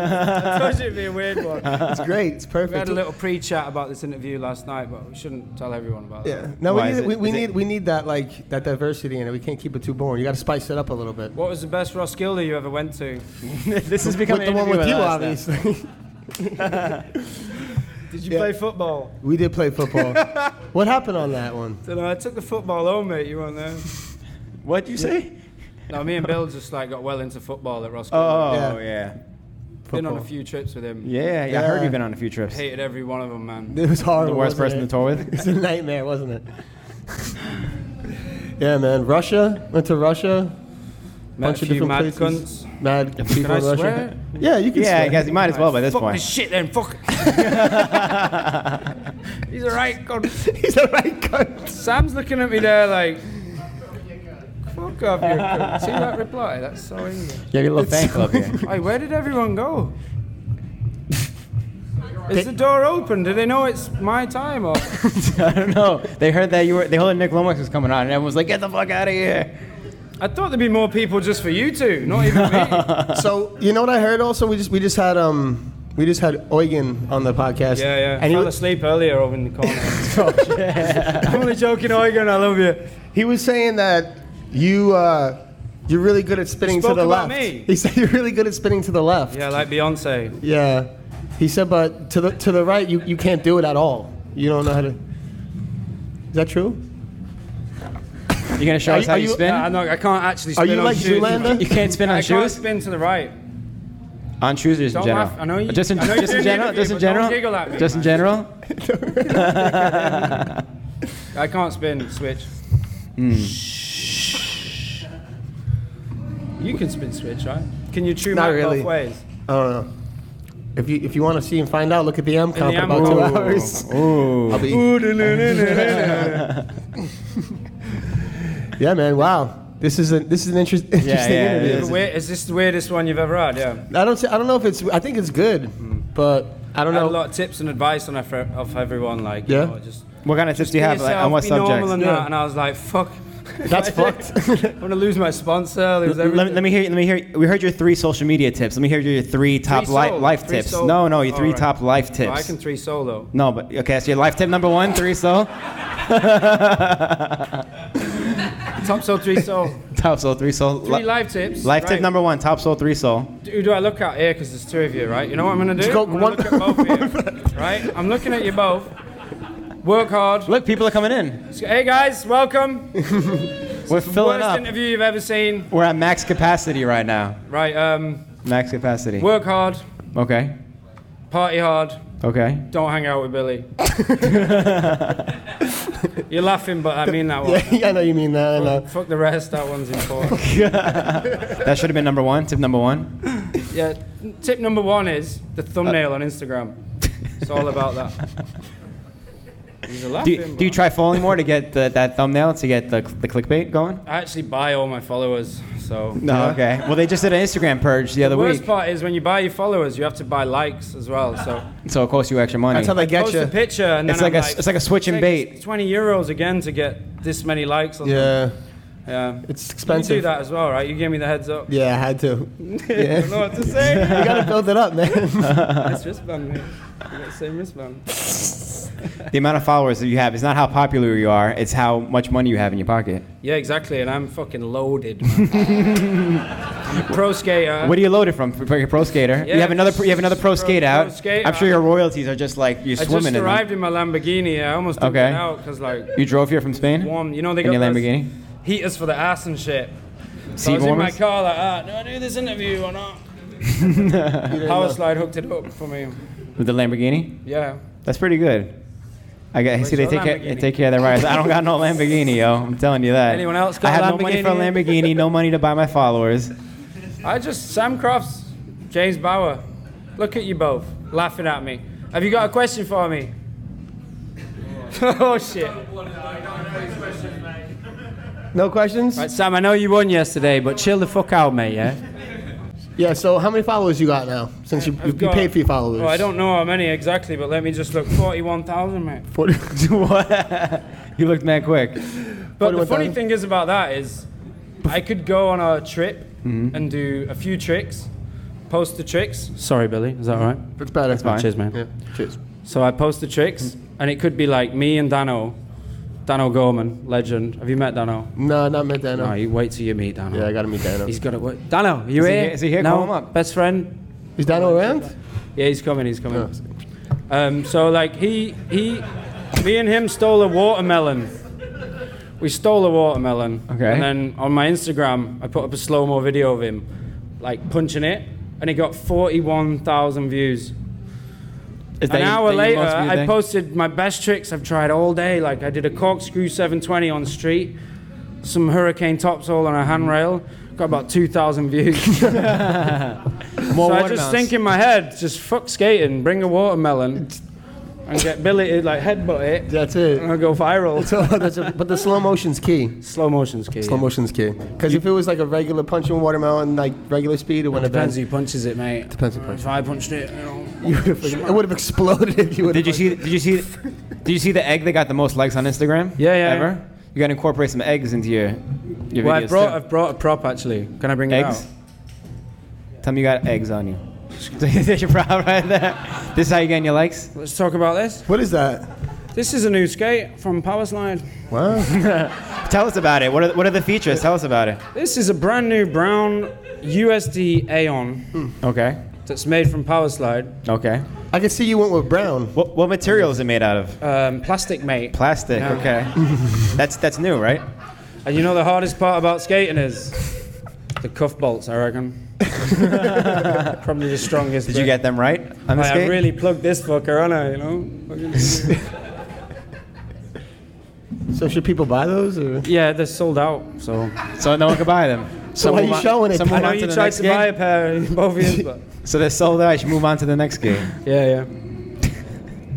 [SPEAKER 3] Told you it'd be a weird
[SPEAKER 4] *laughs*
[SPEAKER 3] one.
[SPEAKER 2] it's great. It's
[SPEAKER 3] We had
[SPEAKER 2] perfect.
[SPEAKER 3] a little pre-chat about this interview last night, but we shouldn't tell everyone about that.
[SPEAKER 2] yeah. No, we
[SPEAKER 4] Why is
[SPEAKER 2] need,
[SPEAKER 4] it-
[SPEAKER 2] we, we
[SPEAKER 4] is it-
[SPEAKER 2] need we need that like that diversity in it. We can't keep it too boring. You got to spice it up a little bit.
[SPEAKER 3] What was the best Roskilde you ever went to?
[SPEAKER 4] this
[SPEAKER 2] With
[SPEAKER 4] is becoming
[SPEAKER 2] the
[SPEAKER 4] an
[SPEAKER 2] one with you,
[SPEAKER 4] interview us now.
[SPEAKER 2] obviously. *laughs*
[SPEAKER 3] Did you
[SPEAKER 2] Yeah.
[SPEAKER 3] play football?
[SPEAKER 2] we did play
[SPEAKER 4] *laughs*
[SPEAKER 2] football. what happened on that one? *laughs*
[SPEAKER 3] Dunno, I took the football home, mate. You weren't there.
[SPEAKER 4] What'd you say?
[SPEAKER 3] no, me and Bill just like got well into football at Roskilde.
[SPEAKER 4] Oh,
[SPEAKER 2] Yeah.
[SPEAKER 4] yeah.
[SPEAKER 3] Been on
[SPEAKER 2] oh,
[SPEAKER 3] a
[SPEAKER 2] football.
[SPEAKER 3] few trips with him.
[SPEAKER 4] Yeah, yeah. I heard
[SPEAKER 2] Yeah.
[SPEAKER 4] you've been on a few trips.
[SPEAKER 3] Hated every one of them, man.
[SPEAKER 2] It was horrible.
[SPEAKER 4] the worst
[SPEAKER 2] wasn't
[SPEAKER 4] person
[SPEAKER 2] it?
[SPEAKER 4] to tour
[SPEAKER 2] *laughs*
[SPEAKER 4] with.
[SPEAKER 2] It's a nightmare, wasn't it? *laughs* yeah, man. Russia went to Russia.
[SPEAKER 3] Met
[SPEAKER 2] bunch
[SPEAKER 3] a
[SPEAKER 2] of
[SPEAKER 3] few
[SPEAKER 2] different
[SPEAKER 3] mad
[SPEAKER 2] places.
[SPEAKER 3] cunts.
[SPEAKER 2] Mad people
[SPEAKER 3] I
[SPEAKER 2] in Russia.
[SPEAKER 3] swear?
[SPEAKER 2] Yeah, you can.
[SPEAKER 4] Yeah,
[SPEAKER 2] swear.
[SPEAKER 4] I
[SPEAKER 2] *laughs*
[SPEAKER 4] guess you might as
[SPEAKER 2] Oh,
[SPEAKER 4] well by this
[SPEAKER 3] fuck
[SPEAKER 4] point.
[SPEAKER 3] this shit then. Fuck. He's a right cunt.
[SPEAKER 2] He's a right cunt.
[SPEAKER 3] Sam's looking at me there like. Fuck off, you cunt. See that reply? That's so English.
[SPEAKER 4] Yeah, your little fan club here. *laughs*
[SPEAKER 3] Hey, where did everyone go? Is the door open? Do they know it's my time? Or
[SPEAKER 4] I don't know. They heard that you were. They heard Nick Lomax was coming on, and everyone was like, "Get the fuck out of here!"
[SPEAKER 3] I thought there'd be more people just for you two, not even
[SPEAKER 2] *laughs*
[SPEAKER 3] me.
[SPEAKER 2] *laughs* so you know what I heard? Also, we just we just had um we just had Eugen on the podcast.
[SPEAKER 3] Yeah, yeah.
[SPEAKER 2] And he
[SPEAKER 3] fell
[SPEAKER 2] was,
[SPEAKER 3] asleep earlier over in the corner.
[SPEAKER 2] *laughs*
[SPEAKER 3] I'm *laughs* only joking, Eugen. I love you.
[SPEAKER 2] he was saying that you uh you're really good at spinning
[SPEAKER 3] spoke
[SPEAKER 2] to the
[SPEAKER 3] about
[SPEAKER 2] left.
[SPEAKER 3] me.
[SPEAKER 2] He said you're really good at spinning to the left.
[SPEAKER 3] Yeah, like Beyonce.
[SPEAKER 2] Yeah. He said, but to the to the right, you, you can't do it at all. You don't know how to. Is that true?
[SPEAKER 4] You gonna show
[SPEAKER 2] Are
[SPEAKER 4] us
[SPEAKER 2] you-
[SPEAKER 4] how
[SPEAKER 2] are
[SPEAKER 4] you,
[SPEAKER 2] you-
[SPEAKER 4] spin?
[SPEAKER 3] Nah, no, I can't actually.
[SPEAKER 2] Are
[SPEAKER 3] Spin
[SPEAKER 2] you
[SPEAKER 3] on
[SPEAKER 2] like
[SPEAKER 3] shoes.
[SPEAKER 2] Zoolander?
[SPEAKER 4] you can't spin on
[SPEAKER 3] uh, I can't
[SPEAKER 4] shoes.
[SPEAKER 3] spin to the right.
[SPEAKER 4] on shoes, or just in
[SPEAKER 3] Don't
[SPEAKER 4] general.
[SPEAKER 3] laugh. I know you-
[SPEAKER 4] Just in,
[SPEAKER 3] I know you
[SPEAKER 4] just in
[SPEAKER 3] didn't
[SPEAKER 4] general.
[SPEAKER 3] interview,
[SPEAKER 4] Just in
[SPEAKER 3] but don't giggle
[SPEAKER 4] general.
[SPEAKER 3] at me,
[SPEAKER 4] just in
[SPEAKER 3] man.
[SPEAKER 4] general.
[SPEAKER 3] I can't spin switch.
[SPEAKER 2] Hmm.
[SPEAKER 3] You can spin switch, right? Can you chew
[SPEAKER 2] Not
[SPEAKER 3] Mac
[SPEAKER 2] really.
[SPEAKER 3] both ways?
[SPEAKER 2] I don't know. If you if you want to see and find out, look at the M comp in
[SPEAKER 3] M
[SPEAKER 2] about two
[SPEAKER 3] comp.
[SPEAKER 2] hours.
[SPEAKER 4] Ooh.
[SPEAKER 2] I'll be, *laughs* yeah, man. Wow, this is a this is an interest, *laughs* interesting
[SPEAKER 4] yeah, it
[SPEAKER 2] interview.
[SPEAKER 4] is.
[SPEAKER 3] Wait, is this the weirdest one you've ever had? Yeah.
[SPEAKER 2] I don't I don't know if it's I think it's good, but I
[SPEAKER 3] I
[SPEAKER 2] don't
[SPEAKER 3] had a
[SPEAKER 2] know.
[SPEAKER 3] lot of tips and advice on ev- of everyone, like
[SPEAKER 2] Yeah.
[SPEAKER 3] yeah, you know, just
[SPEAKER 4] What kind of tips do you
[SPEAKER 3] be
[SPEAKER 4] have? Like,
[SPEAKER 3] yourself,
[SPEAKER 4] on what
[SPEAKER 3] be
[SPEAKER 4] subjects?
[SPEAKER 3] normal and
[SPEAKER 2] Yeah.
[SPEAKER 3] that. And I was like, fuck, *laughs*
[SPEAKER 2] That's fucked.
[SPEAKER 3] I'm gonna lose my sponsor. Lose
[SPEAKER 4] Let, me-
[SPEAKER 3] everything.
[SPEAKER 4] let me hear. Let me hear. We heard your three social media tips. Let me hear your three top
[SPEAKER 3] Three
[SPEAKER 4] li-
[SPEAKER 3] soul,
[SPEAKER 4] life
[SPEAKER 3] three
[SPEAKER 4] tips.
[SPEAKER 3] soul.
[SPEAKER 4] No, no, your
[SPEAKER 3] All
[SPEAKER 4] three
[SPEAKER 3] right.
[SPEAKER 4] top life tips.
[SPEAKER 3] Oh, I can three solo.
[SPEAKER 4] No, but okay. So your life tip number one, three
[SPEAKER 3] *laughs*
[SPEAKER 4] soul.
[SPEAKER 3] Top soul, three
[SPEAKER 4] *laughs*
[SPEAKER 3] soul.
[SPEAKER 4] Top soul, three soul.
[SPEAKER 3] Three
[SPEAKER 4] Li-
[SPEAKER 3] live tips.
[SPEAKER 4] life
[SPEAKER 3] Right.
[SPEAKER 4] tip number one, top soul, three soul.
[SPEAKER 3] Who do I look at here? Because there's two of you, right? You know what I'm gonna do?
[SPEAKER 2] go
[SPEAKER 3] I'm gonna
[SPEAKER 2] one-
[SPEAKER 4] *laughs*
[SPEAKER 3] look at both of you, right? I'm looking at you both. Work hard.
[SPEAKER 4] Look, people are coming in.
[SPEAKER 3] Hey guys, welcome.
[SPEAKER 4] We're filling
[SPEAKER 3] Worst
[SPEAKER 4] up.
[SPEAKER 3] interview you've ever seen.
[SPEAKER 4] We're at max capacity right now.
[SPEAKER 3] Right. Um,
[SPEAKER 4] Max capacity.
[SPEAKER 3] work hard.
[SPEAKER 4] Okay.
[SPEAKER 3] Party hard.
[SPEAKER 4] Okay.
[SPEAKER 3] Don't hang out with
[SPEAKER 4] *laughs*
[SPEAKER 3] Billy. You're laughing, but I mean that one.
[SPEAKER 2] *laughs* yeah, I know you mean that. I know.
[SPEAKER 3] Fuck the rest. That one's important.
[SPEAKER 4] *laughs* That should have been number one. Tip number one.
[SPEAKER 3] yeah. Tip number one is the thumbnail on Instagram. It's all about that. You're
[SPEAKER 4] Do
[SPEAKER 3] laughing.
[SPEAKER 4] you, do you
[SPEAKER 3] but-
[SPEAKER 4] try falling more to get the, that thumbnail to get the, the clickbait going?
[SPEAKER 3] I actually buy all my followers, so.
[SPEAKER 4] No. Okay. Well, they just did an Instagram purge the other
[SPEAKER 3] The worst
[SPEAKER 4] week,
[SPEAKER 3] part is when you buy your followers, you have to buy likes as well. So
[SPEAKER 4] so it costs you extra money.
[SPEAKER 2] That's how they get
[SPEAKER 3] post a
[SPEAKER 2] you.
[SPEAKER 3] picture, and then
[SPEAKER 4] It's like
[SPEAKER 3] I'm
[SPEAKER 4] a it's like a switch and bait.
[SPEAKER 3] It's 20 euros again to get this many likes. On them.
[SPEAKER 2] Yeah,
[SPEAKER 3] Yeah.
[SPEAKER 2] it's
[SPEAKER 3] You do
[SPEAKER 2] expensive.
[SPEAKER 3] that as well, right? You gave me the heads
[SPEAKER 4] *laughs*
[SPEAKER 3] up.
[SPEAKER 2] Yeah, I had to.
[SPEAKER 3] *laughs* I don't know what to say.
[SPEAKER 2] You
[SPEAKER 3] *laughs*
[SPEAKER 2] gotta build it up, man.
[SPEAKER 3] That's wristband, man. You got the same wristband.
[SPEAKER 4] The amount of followers that you have is not how popular you are; it's how much money you have in your pocket.
[SPEAKER 3] Yeah, exactly. And I'm fucking loaded. man. I'm a *laughs* pro skater.
[SPEAKER 4] What are you loaded from? For your pro skater, you
[SPEAKER 3] Yeah,
[SPEAKER 4] have another. You have another pro,
[SPEAKER 3] pro-
[SPEAKER 4] skate
[SPEAKER 3] pro
[SPEAKER 4] out.
[SPEAKER 3] skate
[SPEAKER 4] I'm sure
[SPEAKER 3] out.
[SPEAKER 4] your royalties are just like you're
[SPEAKER 3] I
[SPEAKER 4] swimming
[SPEAKER 3] just
[SPEAKER 4] in them.
[SPEAKER 3] arrived in my Lamborghini. I almost took
[SPEAKER 4] Okay.
[SPEAKER 3] it out because like
[SPEAKER 4] You drove here from Spain.
[SPEAKER 3] warm. You know they got
[SPEAKER 4] In your
[SPEAKER 3] those
[SPEAKER 4] Lamborghini?
[SPEAKER 3] heaters for the ass and shit. So
[SPEAKER 4] Seat
[SPEAKER 3] I was in my
[SPEAKER 4] warmers?
[SPEAKER 3] car like, ah, do I do this interview or
[SPEAKER 4] *laughs*
[SPEAKER 3] not? Power slide hooked it up for me.
[SPEAKER 4] With the Lamborghini.
[SPEAKER 3] Yeah.
[SPEAKER 4] That's pretty good. I got, see, they
[SPEAKER 3] so
[SPEAKER 4] take care, they
[SPEAKER 3] Lamborghini.
[SPEAKER 4] take care of their rides. I don't got no Lamborghini, yo. I'm telling you that.
[SPEAKER 3] Anyone else got
[SPEAKER 4] I have
[SPEAKER 3] a
[SPEAKER 4] no money for a
[SPEAKER 3] Lamborghini?
[SPEAKER 4] Lamborghini, no money to buy my followers.
[SPEAKER 3] I just Sam Crofts, James Bauer. Look at you both laughing at me. Have you got a question for me? *laughs* oh shit!
[SPEAKER 2] No questions.
[SPEAKER 3] Right, Uh, Sam, I know you won yesterday, but chill the fuck out, mate. Yeah.
[SPEAKER 2] Yeah. So how many followers you got now? Since you, you,
[SPEAKER 3] I've
[SPEAKER 2] you
[SPEAKER 3] got-
[SPEAKER 2] paid for your followers.
[SPEAKER 3] Oh, I don't know how many exactly, but let me just look. Forty-one thousand, mate.
[SPEAKER 2] Forty-
[SPEAKER 4] *laughs* what? you looked mad quick.
[SPEAKER 3] But the funny
[SPEAKER 2] 41,000.
[SPEAKER 3] thing is about that is, I could go on a trip and do a few tricks, post the tricks. Sorry, Billy. Is that all right?
[SPEAKER 2] That's better. That's
[SPEAKER 4] fine.
[SPEAKER 3] Cheers, man.
[SPEAKER 2] Yeah. Cheers.
[SPEAKER 3] So I post the tricks, and it could be like me and Dano, Dano Gorman, legend. Have you met Dano?
[SPEAKER 2] No, not met Dano.
[SPEAKER 3] No, you wait till you meet Dano.
[SPEAKER 2] Yeah, I gotta meet Dano.
[SPEAKER 3] He's got to work. Dano, are you
[SPEAKER 4] Is he
[SPEAKER 3] here?
[SPEAKER 4] here- is he here?
[SPEAKER 3] No,
[SPEAKER 4] Call him up.
[SPEAKER 3] Best friend.
[SPEAKER 2] Is Dano around?
[SPEAKER 3] Yeah, he's coming. He's coming. Um, so like he he, me and him stole a watermelon. We stole a watermelon.
[SPEAKER 4] Okay.
[SPEAKER 3] And then on my Instagram, I put up a slow mo video of him, like punching it, and it got forty one thousand views.
[SPEAKER 4] Is
[SPEAKER 3] An
[SPEAKER 4] your-
[SPEAKER 3] hour
[SPEAKER 4] that your
[SPEAKER 3] later,
[SPEAKER 4] most viewed
[SPEAKER 3] I
[SPEAKER 4] thing?
[SPEAKER 3] posted my best tricks I've tried all day. Like I did a corkscrew 720 on the street, some hurricane topsoil on a handrail. Got about 2,000 views. *laughs* so
[SPEAKER 4] More
[SPEAKER 3] I
[SPEAKER 4] watermelons.
[SPEAKER 3] just think in my head, just fuck skating, bring a watermelon, and get Billy to like headbutt it,
[SPEAKER 2] That's it.
[SPEAKER 3] and I'll go viral.
[SPEAKER 2] *laughs* So that's a, but the slow motion's key.
[SPEAKER 3] Slow motion's key.
[SPEAKER 2] Slow motion's key. Because if it was like a regular punch and watermelon, like regular speed, it wouldn't have
[SPEAKER 3] Depends
[SPEAKER 2] been.
[SPEAKER 3] who punches it, mate.
[SPEAKER 2] Depends who punches
[SPEAKER 3] If I punched it, you know.
[SPEAKER 2] *laughs* You would've- it would have exploded if you would.
[SPEAKER 4] Did you see? Did you see? Did you see the egg that got the most likes on Instagram?
[SPEAKER 3] Yeah, yeah,
[SPEAKER 4] Ever?
[SPEAKER 3] yeah.
[SPEAKER 4] You gotta incorporate some eggs into your your
[SPEAKER 3] Well, I
[SPEAKER 4] videos
[SPEAKER 3] brought,
[SPEAKER 4] too.
[SPEAKER 3] I've brought a prop actually. Can I bring
[SPEAKER 4] eggs.
[SPEAKER 3] it out?
[SPEAKER 4] Tell me you got eggs on you. *laughs* There's your problem right there. This is how you getting your likes.
[SPEAKER 3] Let's talk about this.
[SPEAKER 2] What is that?
[SPEAKER 3] This is a new skate from Power Slide.
[SPEAKER 2] Wow.
[SPEAKER 4] Tell us about it. What are what are the features? Tell us about it.
[SPEAKER 3] This is a brand new brown USD Aeon
[SPEAKER 4] Okay.
[SPEAKER 3] that's made from power slide,
[SPEAKER 4] Okay.
[SPEAKER 2] I can see you went with brown.
[SPEAKER 4] What what material is it made out of?
[SPEAKER 3] um, plastic mate.
[SPEAKER 4] Plastic.
[SPEAKER 3] Yeah.
[SPEAKER 4] Okay. *laughs* that's that's new, right?
[SPEAKER 3] And you know the hardest part about skating is the cuff bolts, I
[SPEAKER 4] *laughs*
[SPEAKER 3] reckon. Probably the strongest.
[SPEAKER 4] Did you
[SPEAKER 3] bit.
[SPEAKER 4] get them right on the
[SPEAKER 3] Like, I
[SPEAKER 4] skate?
[SPEAKER 3] really plugged this fucker, on I? You know.
[SPEAKER 4] *laughs*
[SPEAKER 3] Fucking-
[SPEAKER 2] So should people buy those? Or?
[SPEAKER 3] yeah, they're sold out. So
[SPEAKER 4] so no one could buy them.
[SPEAKER 2] So why are you showing it?
[SPEAKER 4] So, move
[SPEAKER 3] I know
[SPEAKER 4] on
[SPEAKER 3] you
[SPEAKER 4] the
[SPEAKER 3] tried
[SPEAKER 4] next
[SPEAKER 3] to
[SPEAKER 4] game?
[SPEAKER 3] buy a pair,
[SPEAKER 4] *laughs*
[SPEAKER 3] of both of you, but
[SPEAKER 4] So they're sold out. You should move on to the next game.
[SPEAKER 3] yeah, yeah.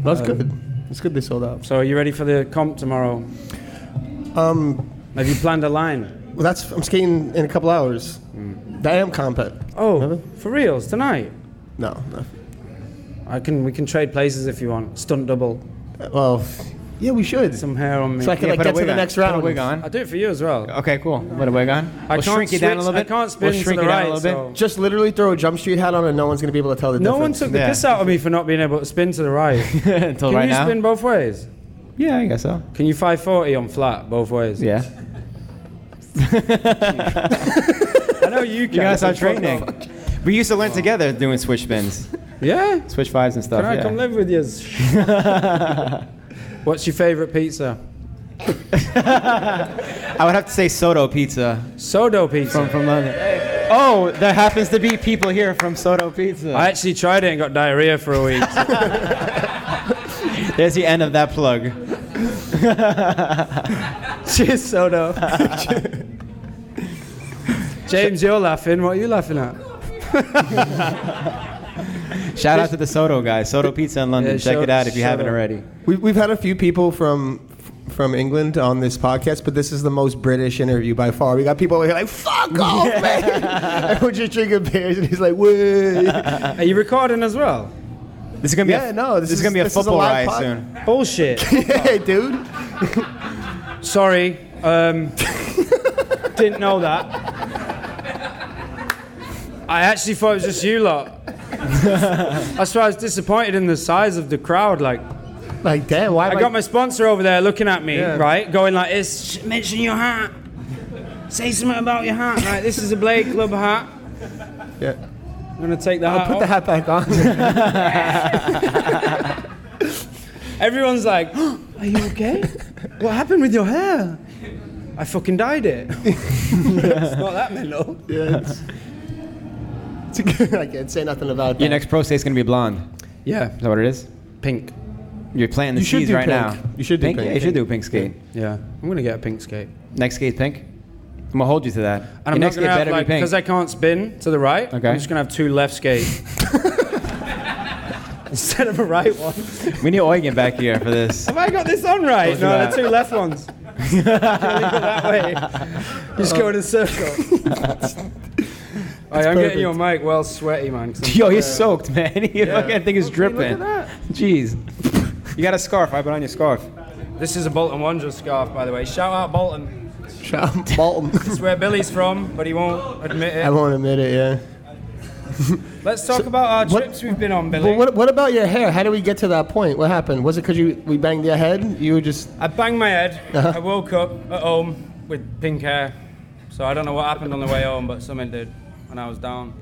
[SPEAKER 2] That's good. That's Uh, good. They sold out.
[SPEAKER 3] So are you ready for the comp tomorrow?
[SPEAKER 2] Um,
[SPEAKER 3] Have you planned a line?
[SPEAKER 2] well, that's I'm skating in a couple hours. I am compet.
[SPEAKER 3] Oh, for reals tonight.
[SPEAKER 2] No, no.
[SPEAKER 3] I can. We can trade places if you want. Stunt double.
[SPEAKER 2] Well, yeah, we should.
[SPEAKER 3] Some hair on me.
[SPEAKER 2] So I *laughs* can
[SPEAKER 4] Yeah,
[SPEAKER 2] like
[SPEAKER 4] put a
[SPEAKER 2] get to
[SPEAKER 4] wig
[SPEAKER 2] the
[SPEAKER 4] on.
[SPEAKER 2] next
[SPEAKER 4] Put
[SPEAKER 2] round.
[SPEAKER 4] a wig on.
[SPEAKER 3] I'll do it for you as well.
[SPEAKER 4] Okay, cool. Put a wig on.
[SPEAKER 3] I
[SPEAKER 4] we'll
[SPEAKER 3] can't
[SPEAKER 4] shrink you down a
[SPEAKER 3] switch-
[SPEAKER 4] little
[SPEAKER 3] I
[SPEAKER 4] bit.
[SPEAKER 3] can't spin
[SPEAKER 4] we'll
[SPEAKER 3] to
[SPEAKER 4] shrink
[SPEAKER 3] the
[SPEAKER 4] you down
[SPEAKER 3] right,
[SPEAKER 4] a little bit.
[SPEAKER 2] Just literally throw a jump street hat on, and no one's gonna be able to tell the
[SPEAKER 3] No one
[SPEAKER 2] difference.
[SPEAKER 3] took the
[SPEAKER 4] Yeah.
[SPEAKER 3] piss out of me for not being able to spin to the
[SPEAKER 4] *laughs*
[SPEAKER 3] right. Can
[SPEAKER 4] *laughs* Until right
[SPEAKER 3] you
[SPEAKER 4] now.
[SPEAKER 3] spin both ways?
[SPEAKER 4] Yeah, I guess so.
[SPEAKER 3] Can you 540 on flat both ways? *laughs*
[SPEAKER 4] Yeah.
[SPEAKER 3] I know you can.
[SPEAKER 4] You gotta start
[SPEAKER 3] but fuck
[SPEAKER 4] training.
[SPEAKER 3] off.
[SPEAKER 4] We used to learn together doing switch spins,
[SPEAKER 3] Yeah.
[SPEAKER 4] switch fives and stuff.
[SPEAKER 3] Can I
[SPEAKER 4] yeah.
[SPEAKER 3] come live with you? What's your favorite pizza?
[SPEAKER 4] *laughs* I would have to say Soto Pizza
[SPEAKER 3] Sodo pizza.
[SPEAKER 4] from, from London. Oh, there happens to be people here from Soto Pizza.
[SPEAKER 3] I actually tried it and got diarrhea for a
[SPEAKER 4] *laughs*
[SPEAKER 3] week.
[SPEAKER 4] There's the end of that plug.
[SPEAKER 3] Cheers,
[SPEAKER 4] *laughs*
[SPEAKER 3] Sodo. *laughs* James, you're laughing. What are you laughing at?
[SPEAKER 4] Shout out to the Soto guys, Soto Pizza in London.
[SPEAKER 3] Yeah,
[SPEAKER 4] Check
[SPEAKER 3] shout-
[SPEAKER 4] it out if you
[SPEAKER 3] shout
[SPEAKER 4] haven't
[SPEAKER 3] out.
[SPEAKER 4] already.
[SPEAKER 2] We've, we've had a few people from from England on this podcast, but this is the most British interview by far. We got people over here like, *laughs* fuck off, man. and we're just drinking beers, and he's like, *laughs* wait.
[SPEAKER 3] Are you recording as well?
[SPEAKER 4] This is gonna be
[SPEAKER 2] Yeah,
[SPEAKER 4] a,
[SPEAKER 2] no, this
[SPEAKER 4] this is
[SPEAKER 2] is-
[SPEAKER 4] gonna be a
[SPEAKER 2] this is a
[SPEAKER 4] football
[SPEAKER 2] live
[SPEAKER 4] riot
[SPEAKER 2] *laughs* pod.
[SPEAKER 4] soon.
[SPEAKER 3] Bullshit.
[SPEAKER 2] hey, dude.
[SPEAKER 3] Sorry. Um,
[SPEAKER 2] *laughs*
[SPEAKER 3] didn't know that. I actually thought it was just
[SPEAKER 2] *laughs*
[SPEAKER 3] you lot. That's why I was disappointed in the size of the crowd. Like,
[SPEAKER 2] Like, damn, why am
[SPEAKER 3] I got my sponsor over there looking at me,
[SPEAKER 2] Yeah.
[SPEAKER 3] right? Going like this, "Sh- mention your hat. Say something about your hat. Like, this is a Blade Club hat.
[SPEAKER 2] Yeah.
[SPEAKER 3] I'm going to take the hat
[SPEAKER 2] Put the
[SPEAKER 3] off.
[SPEAKER 2] hat back on.
[SPEAKER 3] Everyone's like,
[SPEAKER 2] *gasps*
[SPEAKER 3] are you
[SPEAKER 2] *laughs*
[SPEAKER 3] okay? what happened with your hair? I fucking
[SPEAKER 2] *laughs*
[SPEAKER 3] dyed it. it's not that mellow.
[SPEAKER 2] yes. *laughs* It's a good- I can't say nothing about that.
[SPEAKER 4] Your next pro state's gonna be blonde.
[SPEAKER 3] Yeah,
[SPEAKER 4] Is that what it is?
[SPEAKER 3] pink.
[SPEAKER 4] You're planting the
[SPEAKER 2] You should
[SPEAKER 4] seeds
[SPEAKER 2] do
[SPEAKER 4] right
[SPEAKER 2] pink.
[SPEAKER 4] now.
[SPEAKER 2] You should do
[SPEAKER 4] pink.
[SPEAKER 2] pink.
[SPEAKER 4] Yeah, you should do pink skate.
[SPEAKER 3] Yeah, I'm gonna get a pink skate.
[SPEAKER 4] Next skate pink. I'm gonna hold you to that. And
[SPEAKER 3] And I'm
[SPEAKER 4] next
[SPEAKER 3] not
[SPEAKER 4] skate
[SPEAKER 3] gonna have
[SPEAKER 4] better
[SPEAKER 3] like
[SPEAKER 4] be pink.
[SPEAKER 3] because I can't spin to the right.
[SPEAKER 4] Okay.
[SPEAKER 3] I'm just gonna have two left
[SPEAKER 4] *laughs*
[SPEAKER 3] skates *laughs* instead of a right one.
[SPEAKER 4] we need Eugen back here for this. *laughs*
[SPEAKER 3] Have I got this on right?
[SPEAKER 4] Told you
[SPEAKER 3] No,
[SPEAKER 4] that.
[SPEAKER 3] the two left
[SPEAKER 4] *laughs*
[SPEAKER 3] ones. You gotta go that way. You just go in a circle. Alright, I'm
[SPEAKER 2] perfect.
[SPEAKER 3] getting your mic well sweaty, man. 'cause I'm-
[SPEAKER 4] Yo, he's soaked, man. *laughs* You fucking think it's dripping.
[SPEAKER 3] that.
[SPEAKER 4] Jeez. You got a scarf. I put on your scarf.
[SPEAKER 3] This is a Bolton Wanderers scarf, by the way. Shout out Bolton.
[SPEAKER 2] *laughs* Shout- Bolton.
[SPEAKER 3] It's where Billy's from, but he won't admit
[SPEAKER 2] I
[SPEAKER 3] it.
[SPEAKER 2] won't admit it, yeah.
[SPEAKER 3] Let's talk about our
[SPEAKER 2] what-
[SPEAKER 3] trips we've been on, Billy.
[SPEAKER 2] But what, what about your hair? How did we get to that point? What happened? Was it because you we banged your head? You were just
[SPEAKER 3] I banged my head. I woke up at home with pink hair. So I don't know what happened on the way home, but something did. And I was down.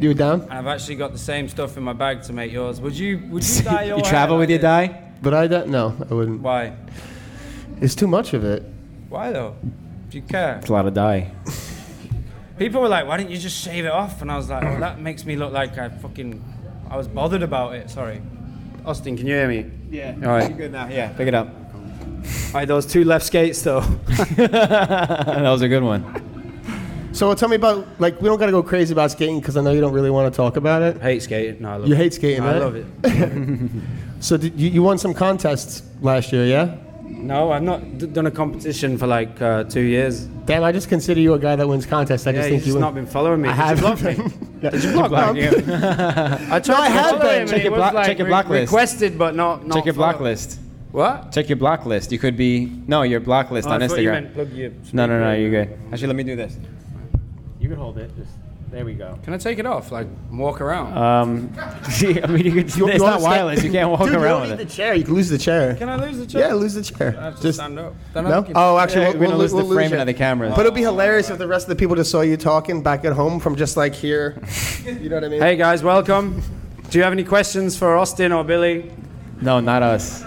[SPEAKER 2] you were down?
[SPEAKER 3] And I've actually got the same stuff in my bag to make yours. Would you would
[SPEAKER 4] *laughs*
[SPEAKER 3] you dye your
[SPEAKER 4] you
[SPEAKER 3] hair
[SPEAKER 4] travel
[SPEAKER 3] like
[SPEAKER 4] with your
[SPEAKER 3] this?
[SPEAKER 4] dye?
[SPEAKER 2] But I don't. No, I wouldn't.
[SPEAKER 3] Why?
[SPEAKER 2] It's too much of it.
[SPEAKER 3] Why though? Do you care?
[SPEAKER 4] It's a lot of dye.
[SPEAKER 3] People were like, why didn't you just shave it off? And I was like, oh, that makes me look like I fucking I was bothered about it, sorry. Austin, can you hear me?
[SPEAKER 4] Yeah.
[SPEAKER 3] All right.
[SPEAKER 4] good now. Yeah. Pick it up. *laughs*
[SPEAKER 3] Alright, those two left skates though.
[SPEAKER 4] that was a good one.
[SPEAKER 2] So tell me about like we don't gotta go crazy about skating because I know you don't really want to talk about it.
[SPEAKER 3] hate skating. No, I love
[SPEAKER 2] You
[SPEAKER 3] it.
[SPEAKER 2] hate skating,
[SPEAKER 3] No, I
[SPEAKER 2] right?
[SPEAKER 3] love it.
[SPEAKER 2] So did, you, you won some contests last year, yeah?
[SPEAKER 3] No, I've not d- done a competition for like uh, two years.
[SPEAKER 2] Damn, I just consider you a guy that wins contests. I
[SPEAKER 3] Yeah,
[SPEAKER 2] just
[SPEAKER 3] he's
[SPEAKER 2] think you
[SPEAKER 3] just
[SPEAKER 2] win.
[SPEAKER 3] not been following me.
[SPEAKER 2] I
[SPEAKER 3] Did you
[SPEAKER 2] have
[SPEAKER 3] block
[SPEAKER 4] *laughs*
[SPEAKER 3] me?
[SPEAKER 2] Did you
[SPEAKER 4] block
[SPEAKER 2] no,
[SPEAKER 3] *laughs*
[SPEAKER 4] you?
[SPEAKER 3] I tried
[SPEAKER 2] I
[SPEAKER 3] to
[SPEAKER 2] have
[SPEAKER 3] follow
[SPEAKER 2] been.
[SPEAKER 3] him and
[SPEAKER 4] Check
[SPEAKER 3] it
[SPEAKER 4] your
[SPEAKER 3] was,
[SPEAKER 4] block- check your block list.
[SPEAKER 3] Requested, but not. not
[SPEAKER 4] Check your
[SPEAKER 3] followed.
[SPEAKER 4] block list.
[SPEAKER 3] What?
[SPEAKER 4] Check your block list. You could be no, your block list
[SPEAKER 3] Oh,
[SPEAKER 4] on
[SPEAKER 3] I thought you
[SPEAKER 4] Instagram.
[SPEAKER 3] meant plug your
[SPEAKER 4] No, no, no.
[SPEAKER 3] speaker.
[SPEAKER 4] You're good. Actually, let me
[SPEAKER 3] *laughs*
[SPEAKER 4] do this. *laughs*
[SPEAKER 3] Can I take it off? Like walk around?
[SPEAKER 4] Um, I mean, you could, it's
[SPEAKER 2] wanna
[SPEAKER 4] not wireless.
[SPEAKER 2] stand-
[SPEAKER 4] You can't walk
[SPEAKER 2] Dude,
[SPEAKER 4] around
[SPEAKER 2] you don't
[SPEAKER 4] with it.
[SPEAKER 2] need the chair. You can lose the chair.
[SPEAKER 3] Can I lose the chair?
[SPEAKER 2] yeah, lose the chair.
[SPEAKER 3] I have to
[SPEAKER 2] just
[SPEAKER 3] stand up. Then I
[SPEAKER 2] no.
[SPEAKER 3] can-
[SPEAKER 2] Oh, actually,
[SPEAKER 4] Yeah,
[SPEAKER 2] we'll,
[SPEAKER 4] we're gonna
[SPEAKER 2] we'll,
[SPEAKER 4] lose the
[SPEAKER 2] we'll
[SPEAKER 4] framing
[SPEAKER 2] you.
[SPEAKER 4] of the camera.
[SPEAKER 2] But it'd be hilarious if the rest of the people just saw you talking back at home from just like here. You know what I mean?
[SPEAKER 3] Hey guys, welcome. Do you have any questions for Austin or Billy?
[SPEAKER 4] No, not us.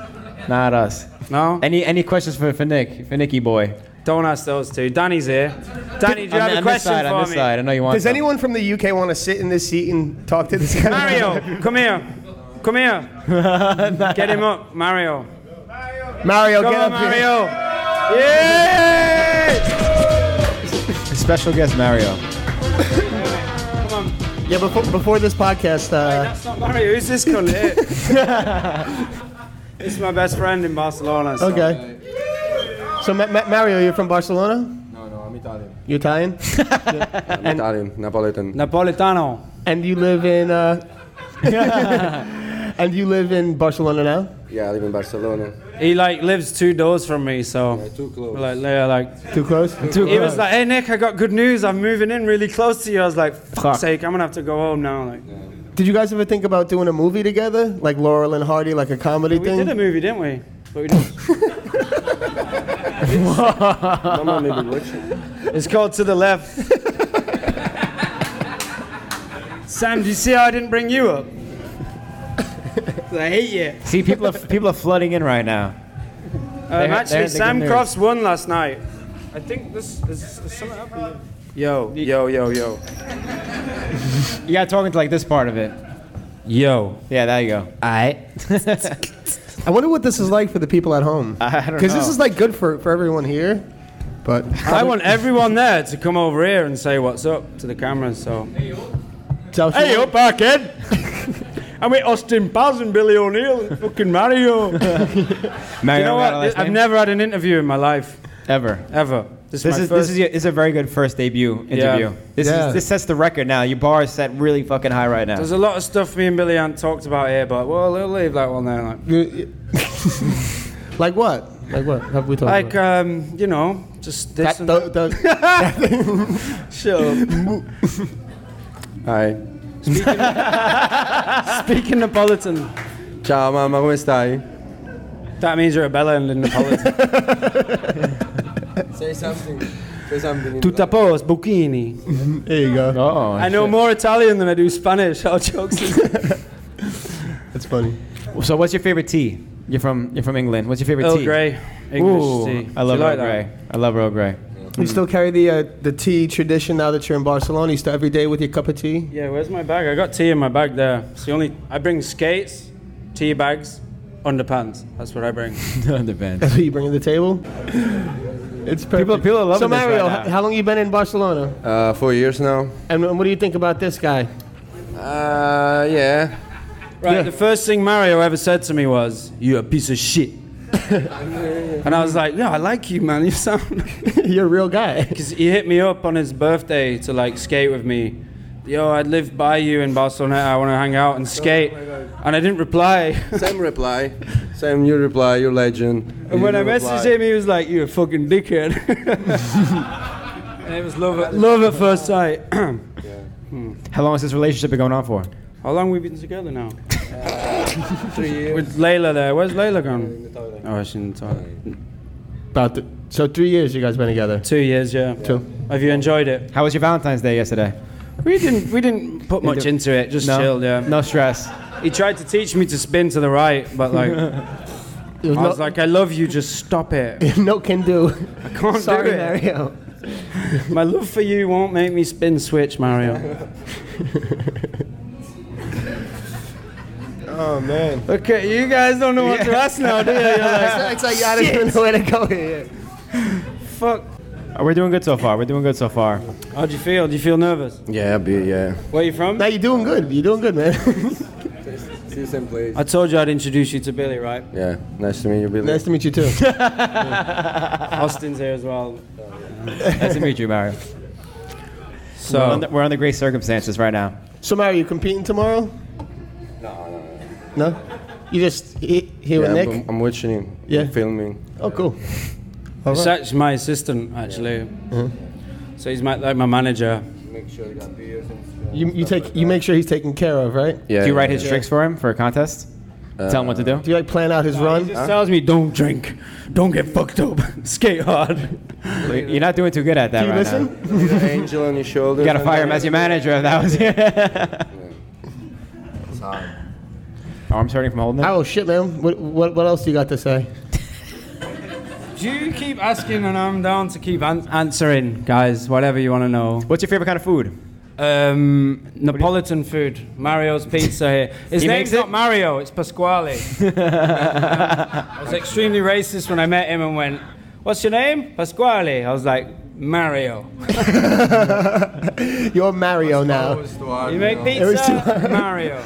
[SPEAKER 4] Not us.
[SPEAKER 3] No.
[SPEAKER 4] Any any questions for, for Nick? For Nicky boy.
[SPEAKER 3] Don't ask those two. Danny's here. Danny, do you
[SPEAKER 4] on,
[SPEAKER 3] have a
[SPEAKER 4] on this
[SPEAKER 3] question
[SPEAKER 4] side,
[SPEAKER 3] for
[SPEAKER 4] on this
[SPEAKER 3] me?
[SPEAKER 4] side. I know you want.
[SPEAKER 2] Does
[SPEAKER 4] some.
[SPEAKER 2] anyone from the UK want to sit in this seat and talk to this guy?
[SPEAKER 3] Mario, come here. Come
[SPEAKER 4] *laughs*
[SPEAKER 3] here. Get him up, Mario.
[SPEAKER 2] *laughs* Mario,
[SPEAKER 3] Come
[SPEAKER 2] get
[SPEAKER 3] on,
[SPEAKER 2] up here.
[SPEAKER 3] Mario. Yeah.
[SPEAKER 4] special guest Mario?
[SPEAKER 3] Come on.
[SPEAKER 2] Yeah, before, before this podcast, uh,
[SPEAKER 3] That's not Mario. Who's this *laughs* cunt here? it's my best friend in Barcelona. so-
[SPEAKER 2] okay. So Ma- Ma- Mario, you're from Barcelona.
[SPEAKER 5] No, no, I'm Italian.
[SPEAKER 2] You're Italian,
[SPEAKER 5] I'm Italian, Napolitan.
[SPEAKER 3] Napolitano.
[SPEAKER 2] and you live in. Uh, *laughs*
[SPEAKER 4] *laughs*
[SPEAKER 2] and you live in Barcelona now.
[SPEAKER 5] Yeah, I live in Barcelona.
[SPEAKER 3] He like lives two doors from me, so
[SPEAKER 5] too close.
[SPEAKER 3] *laughs* like yeah, like
[SPEAKER 2] Too close. Too
[SPEAKER 3] he was like, "Hey Nick, I got good news. I'm moving in really close to you." I was like, "Fuck's
[SPEAKER 4] Fuck.
[SPEAKER 3] sake, I'm gonna have to go home now." Like
[SPEAKER 2] Did you guys ever think about doing a movie together, like Laurel and Hardy, like a comedy
[SPEAKER 3] we
[SPEAKER 2] thing?
[SPEAKER 3] did a movie, didn't we? But we didn't.
[SPEAKER 5] Mama made me watch it.
[SPEAKER 3] it's called to the *laughs* left. *laughs* Sam, do you see how I didn't bring you up? 'cause I hate you.
[SPEAKER 4] See, people are people are flooding in right now.
[SPEAKER 3] Um,
[SPEAKER 4] They're-
[SPEAKER 3] actually,
[SPEAKER 4] they're the
[SPEAKER 3] Sam
[SPEAKER 4] good
[SPEAKER 3] Crofts won last night. I think this is, is something up here. Yo, yo, yo, yo.
[SPEAKER 4] You got talking to like this part of it.
[SPEAKER 3] Yo.
[SPEAKER 4] Yeah, there you go.
[SPEAKER 3] I.
[SPEAKER 2] I wonder what this is like for the people at home.
[SPEAKER 4] I don't know.
[SPEAKER 2] Because this is like good for, for everyone here, but
[SPEAKER 3] I want everyone there to come over here and say what's up to the camera. So.
[SPEAKER 2] So if you
[SPEAKER 3] Hey
[SPEAKER 2] want-
[SPEAKER 3] up, Arkhead. *laughs* I mean, Austin Paz and Billy O'Neill and fucking Mario. you
[SPEAKER 4] Mario
[SPEAKER 3] know what?
[SPEAKER 4] got a last
[SPEAKER 3] I've
[SPEAKER 4] name?
[SPEAKER 3] never had an interview in my life
[SPEAKER 4] *laughs* ever.
[SPEAKER 3] ever. This, is
[SPEAKER 4] This
[SPEAKER 3] my
[SPEAKER 4] is
[SPEAKER 3] first.
[SPEAKER 4] this is, your, this is a very good first debut interview. This
[SPEAKER 2] Yeah.
[SPEAKER 4] is this sets the record now. Your bar is set really fucking high right now.
[SPEAKER 3] There's a lot of stuff me and Billy Ant talked about here, but well, we'll leave that one there.
[SPEAKER 2] *laughs*
[SPEAKER 3] Like,
[SPEAKER 2] like what? Like what have we talked
[SPEAKER 3] like
[SPEAKER 2] about?
[SPEAKER 3] um, you know, just this. and-
[SPEAKER 2] The- the-
[SPEAKER 3] Shut up. *laughs*
[SPEAKER 5] Hi.
[SPEAKER 3] *laughs* Speaking Neapolitan.
[SPEAKER 5] Ciao mamma, come stai?
[SPEAKER 3] That means you're a Bella and a *laughs* Neapolitan.
[SPEAKER 5] Say something. Say something.
[SPEAKER 3] Tutta pos, bucchini.
[SPEAKER 2] there you go.
[SPEAKER 4] oh,
[SPEAKER 3] I know more Italian than I do Spanish. All *laughs* jokes. aside.
[SPEAKER 2] That's funny.
[SPEAKER 4] So, what's your favorite tea? You're from you're from England. What's your favorite
[SPEAKER 3] Earl
[SPEAKER 4] tea?
[SPEAKER 3] Oh, Grey, English
[SPEAKER 4] Ooh,
[SPEAKER 3] tea.
[SPEAKER 4] I love
[SPEAKER 3] Do you like
[SPEAKER 4] Earl
[SPEAKER 3] that?
[SPEAKER 4] Grey. I love Earl Grey.
[SPEAKER 2] You still carry the uh, the tea tradition now that you're in Barcelona. You still every day with your cup of tea. *laughs*
[SPEAKER 3] Yeah, where's my bag? I got tea in my bag there. It's the only. I bring skates, tea bags, underpants. That's what I *laughs* bring.
[SPEAKER 4] Underpants.
[SPEAKER 2] That's what you bring to the table. It's perfect.
[SPEAKER 4] People- people are loving
[SPEAKER 2] So
[SPEAKER 4] this
[SPEAKER 2] Mario,
[SPEAKER 4] right now.
[SPEAKER 2] h- how long you been in Barcelona?
[SPEAKER 5] Uh, four years now.
[SPEAKER 2] And what do you think about this guy? *laughs*
[SPEAKER 5] Uh, yeah.
[SPEAKER 3] Right. The first thing Mario ever said to me was, "You're a piece of shit." *laughs* and I was like, "Yeah, I like you, man. You sound."
[SPEAKER 2] you're a real guy.
[SPEAKER 3] Because he hit me up on his birthday to like skate with me. Yo, I live by you in Barcelona. I want to hang out and skate. and I didn't reply. *laughs*
[SPEAKER 5] Same reply. Same new reply. You're legend.
[SPEAKER 3] and when I messaged
[SPEAKER 5] him.
[SPEAKER 3] him, he was like, "You're a fucking dickhead." *laughs* and it was love at, love at first sight. *clears throat*
[SPEAKER 4] How long has this relationship been going on for?
[SPEAKER 3] How long we been together now? *laughs* Three years. With Layla there. Where's Layla gone? Oh, she's in the toilet.
[SPEAKER 2] About th- so three years you guys been together.
[SPEAKER 3] Two years, yeah.
[SPEAKER 2] Two.
[SPEAKER 3] Have you enjoyed it?
[SPEAKER 4] How was your Valentine's Day yesterday?
[SPEAKER 3] We didn't. We didn't put much into it. Just
[SPEAKER 4] No,
[SPEAKER 3] chilled, yeah.
[SPEAKER 4] no stress. Uh,
[SPEAKER 3] He tried to teach me to spin to the right, but like.
[SPEAKER 2] There was
[SPEAKER 3] I
[SPEAKER 2] no,
[SPEAKER 3] was like, I love you, just stop *laughs*
[SPEAKER 2] *laughs*
[SPEAKER 3] it.
[SPEAKER 2] no can do.
[SPEAKER 3] I can't
[SPEAKER 2] Sorry,
[SPEAKER 3] do it. *laughs*
[SPEAKER 2] Mario.
[SPEAKER 3] My love for you won't make me spin switch, Mario.
[SPEAKER 2] Oh man.
[SPEAKER 3] *laughs* okay, you guys don't know what to ask now, do you? You're like, *laughs*
[SPEAKER 2] it's like I don't even know where to go here.
[SPEAKER 3] fuck.
[SPEAKER 4] Uh, We're doing good so far. We're doing good so far.
[SPEAKER 3] How do you feel? Do you feel nervous?
[SPEAKER 5] Yeah, be yeah.
[SPEAKER 3] Where you from?
[SPEAKER 2] Now you're doing good. You're doing good, man. *laughs*
[SPEAKER 5] See you same place.
[SPEAKER 3] I told you I'd introduce you to Billy, *laughs* right?
[SPEAKER 5] Yeah, nice to meet you, Billy.
[SPEAKER 2] nice to meet you
[SPEAKER 3] *laughs*
[SPEAKER 2] too.
[SPEAKER 3] Austin's here as well.
[SPEAKER 4] Nice to meet
[SPEAKER 3] *laughs*
[SPEAKER 4] you, Mario.
[SPEAKER 3] So,
[SPEAKER 4] We're under, we're under great circumstances right now.
[SPEAKER 2] So Mario, you competing tomorrow? No, no, no. You just he- here
[SPEAKER 5] yeah,
[SPEAKER 2] with
[SPEAKER 5] I'm,
[SPEAKER 2] Nick?
[SPEAKER 5] I'm watching him.
[SPEAKER 2] Yeah.
[SPEAKER 5] Filming.
[SPEAKER 2] Oh, cool.
[SPEAKER 3] it's actually my assistant, actually. Mm-hmm. So he's my, like my manager.
[SPEAKER 5] Make sure you got beers
[SPEAKER 2] You, you take you make sure he's taken care of, right?
[SPEAKER 5] Yeah.
[SPEAKER 4] do you write
[SPEAKER 5] yeah.
[SPEAKER 4] his tricks for him for a contest?
[SPEAKER 3] Uh,
[SPEAKER 4] Tell him what to do.
[SPEAKER 2] Do you like plan out his run?
[SPEAKER 3] He tells me, don't drink, don't get fucked up, *laughs* skate hard.
[SPEAKER 4] You're not doing too good at that
[SPEAKER 2] Do you
[SPEAKER 4] right now.
[SPEAKER 2] listen?
[SPEAKER 5] With an angel on your shoulder.
[SPEAKER 4] You gotta fire him as your manager if that was
[SPEAKER 3] *laughs*
[SPEAKER 4] Arms hurting from holding it.
[SPEAKER 2] Oh shit, man! What, what what else you got to say? *laughs*
[SPEAKER 3] Do you keep asking, and I'm down to keep an- answering, guys, whatever you want to know.
[SPEAKER 4] What's your favorite kind of food?
[SPEAKER 3] Um, Napolitan food. Mario's pizza here. His
[SPEAKER 4] He
[SPEAKER 3] name's
[SPEAKER 4] makes it?
[SPEAKER 3] not Mario, it's *laughs* Pasquale. I was extremely racist when I met him and went, What's your name? Pasquale. I was like, Mario.
[SPEAKER 2] You're Mario now.
[SPEAKER 3] You make pizza?
[SPEAKER 2] *laughs*
[SPEAKER 3] Mario.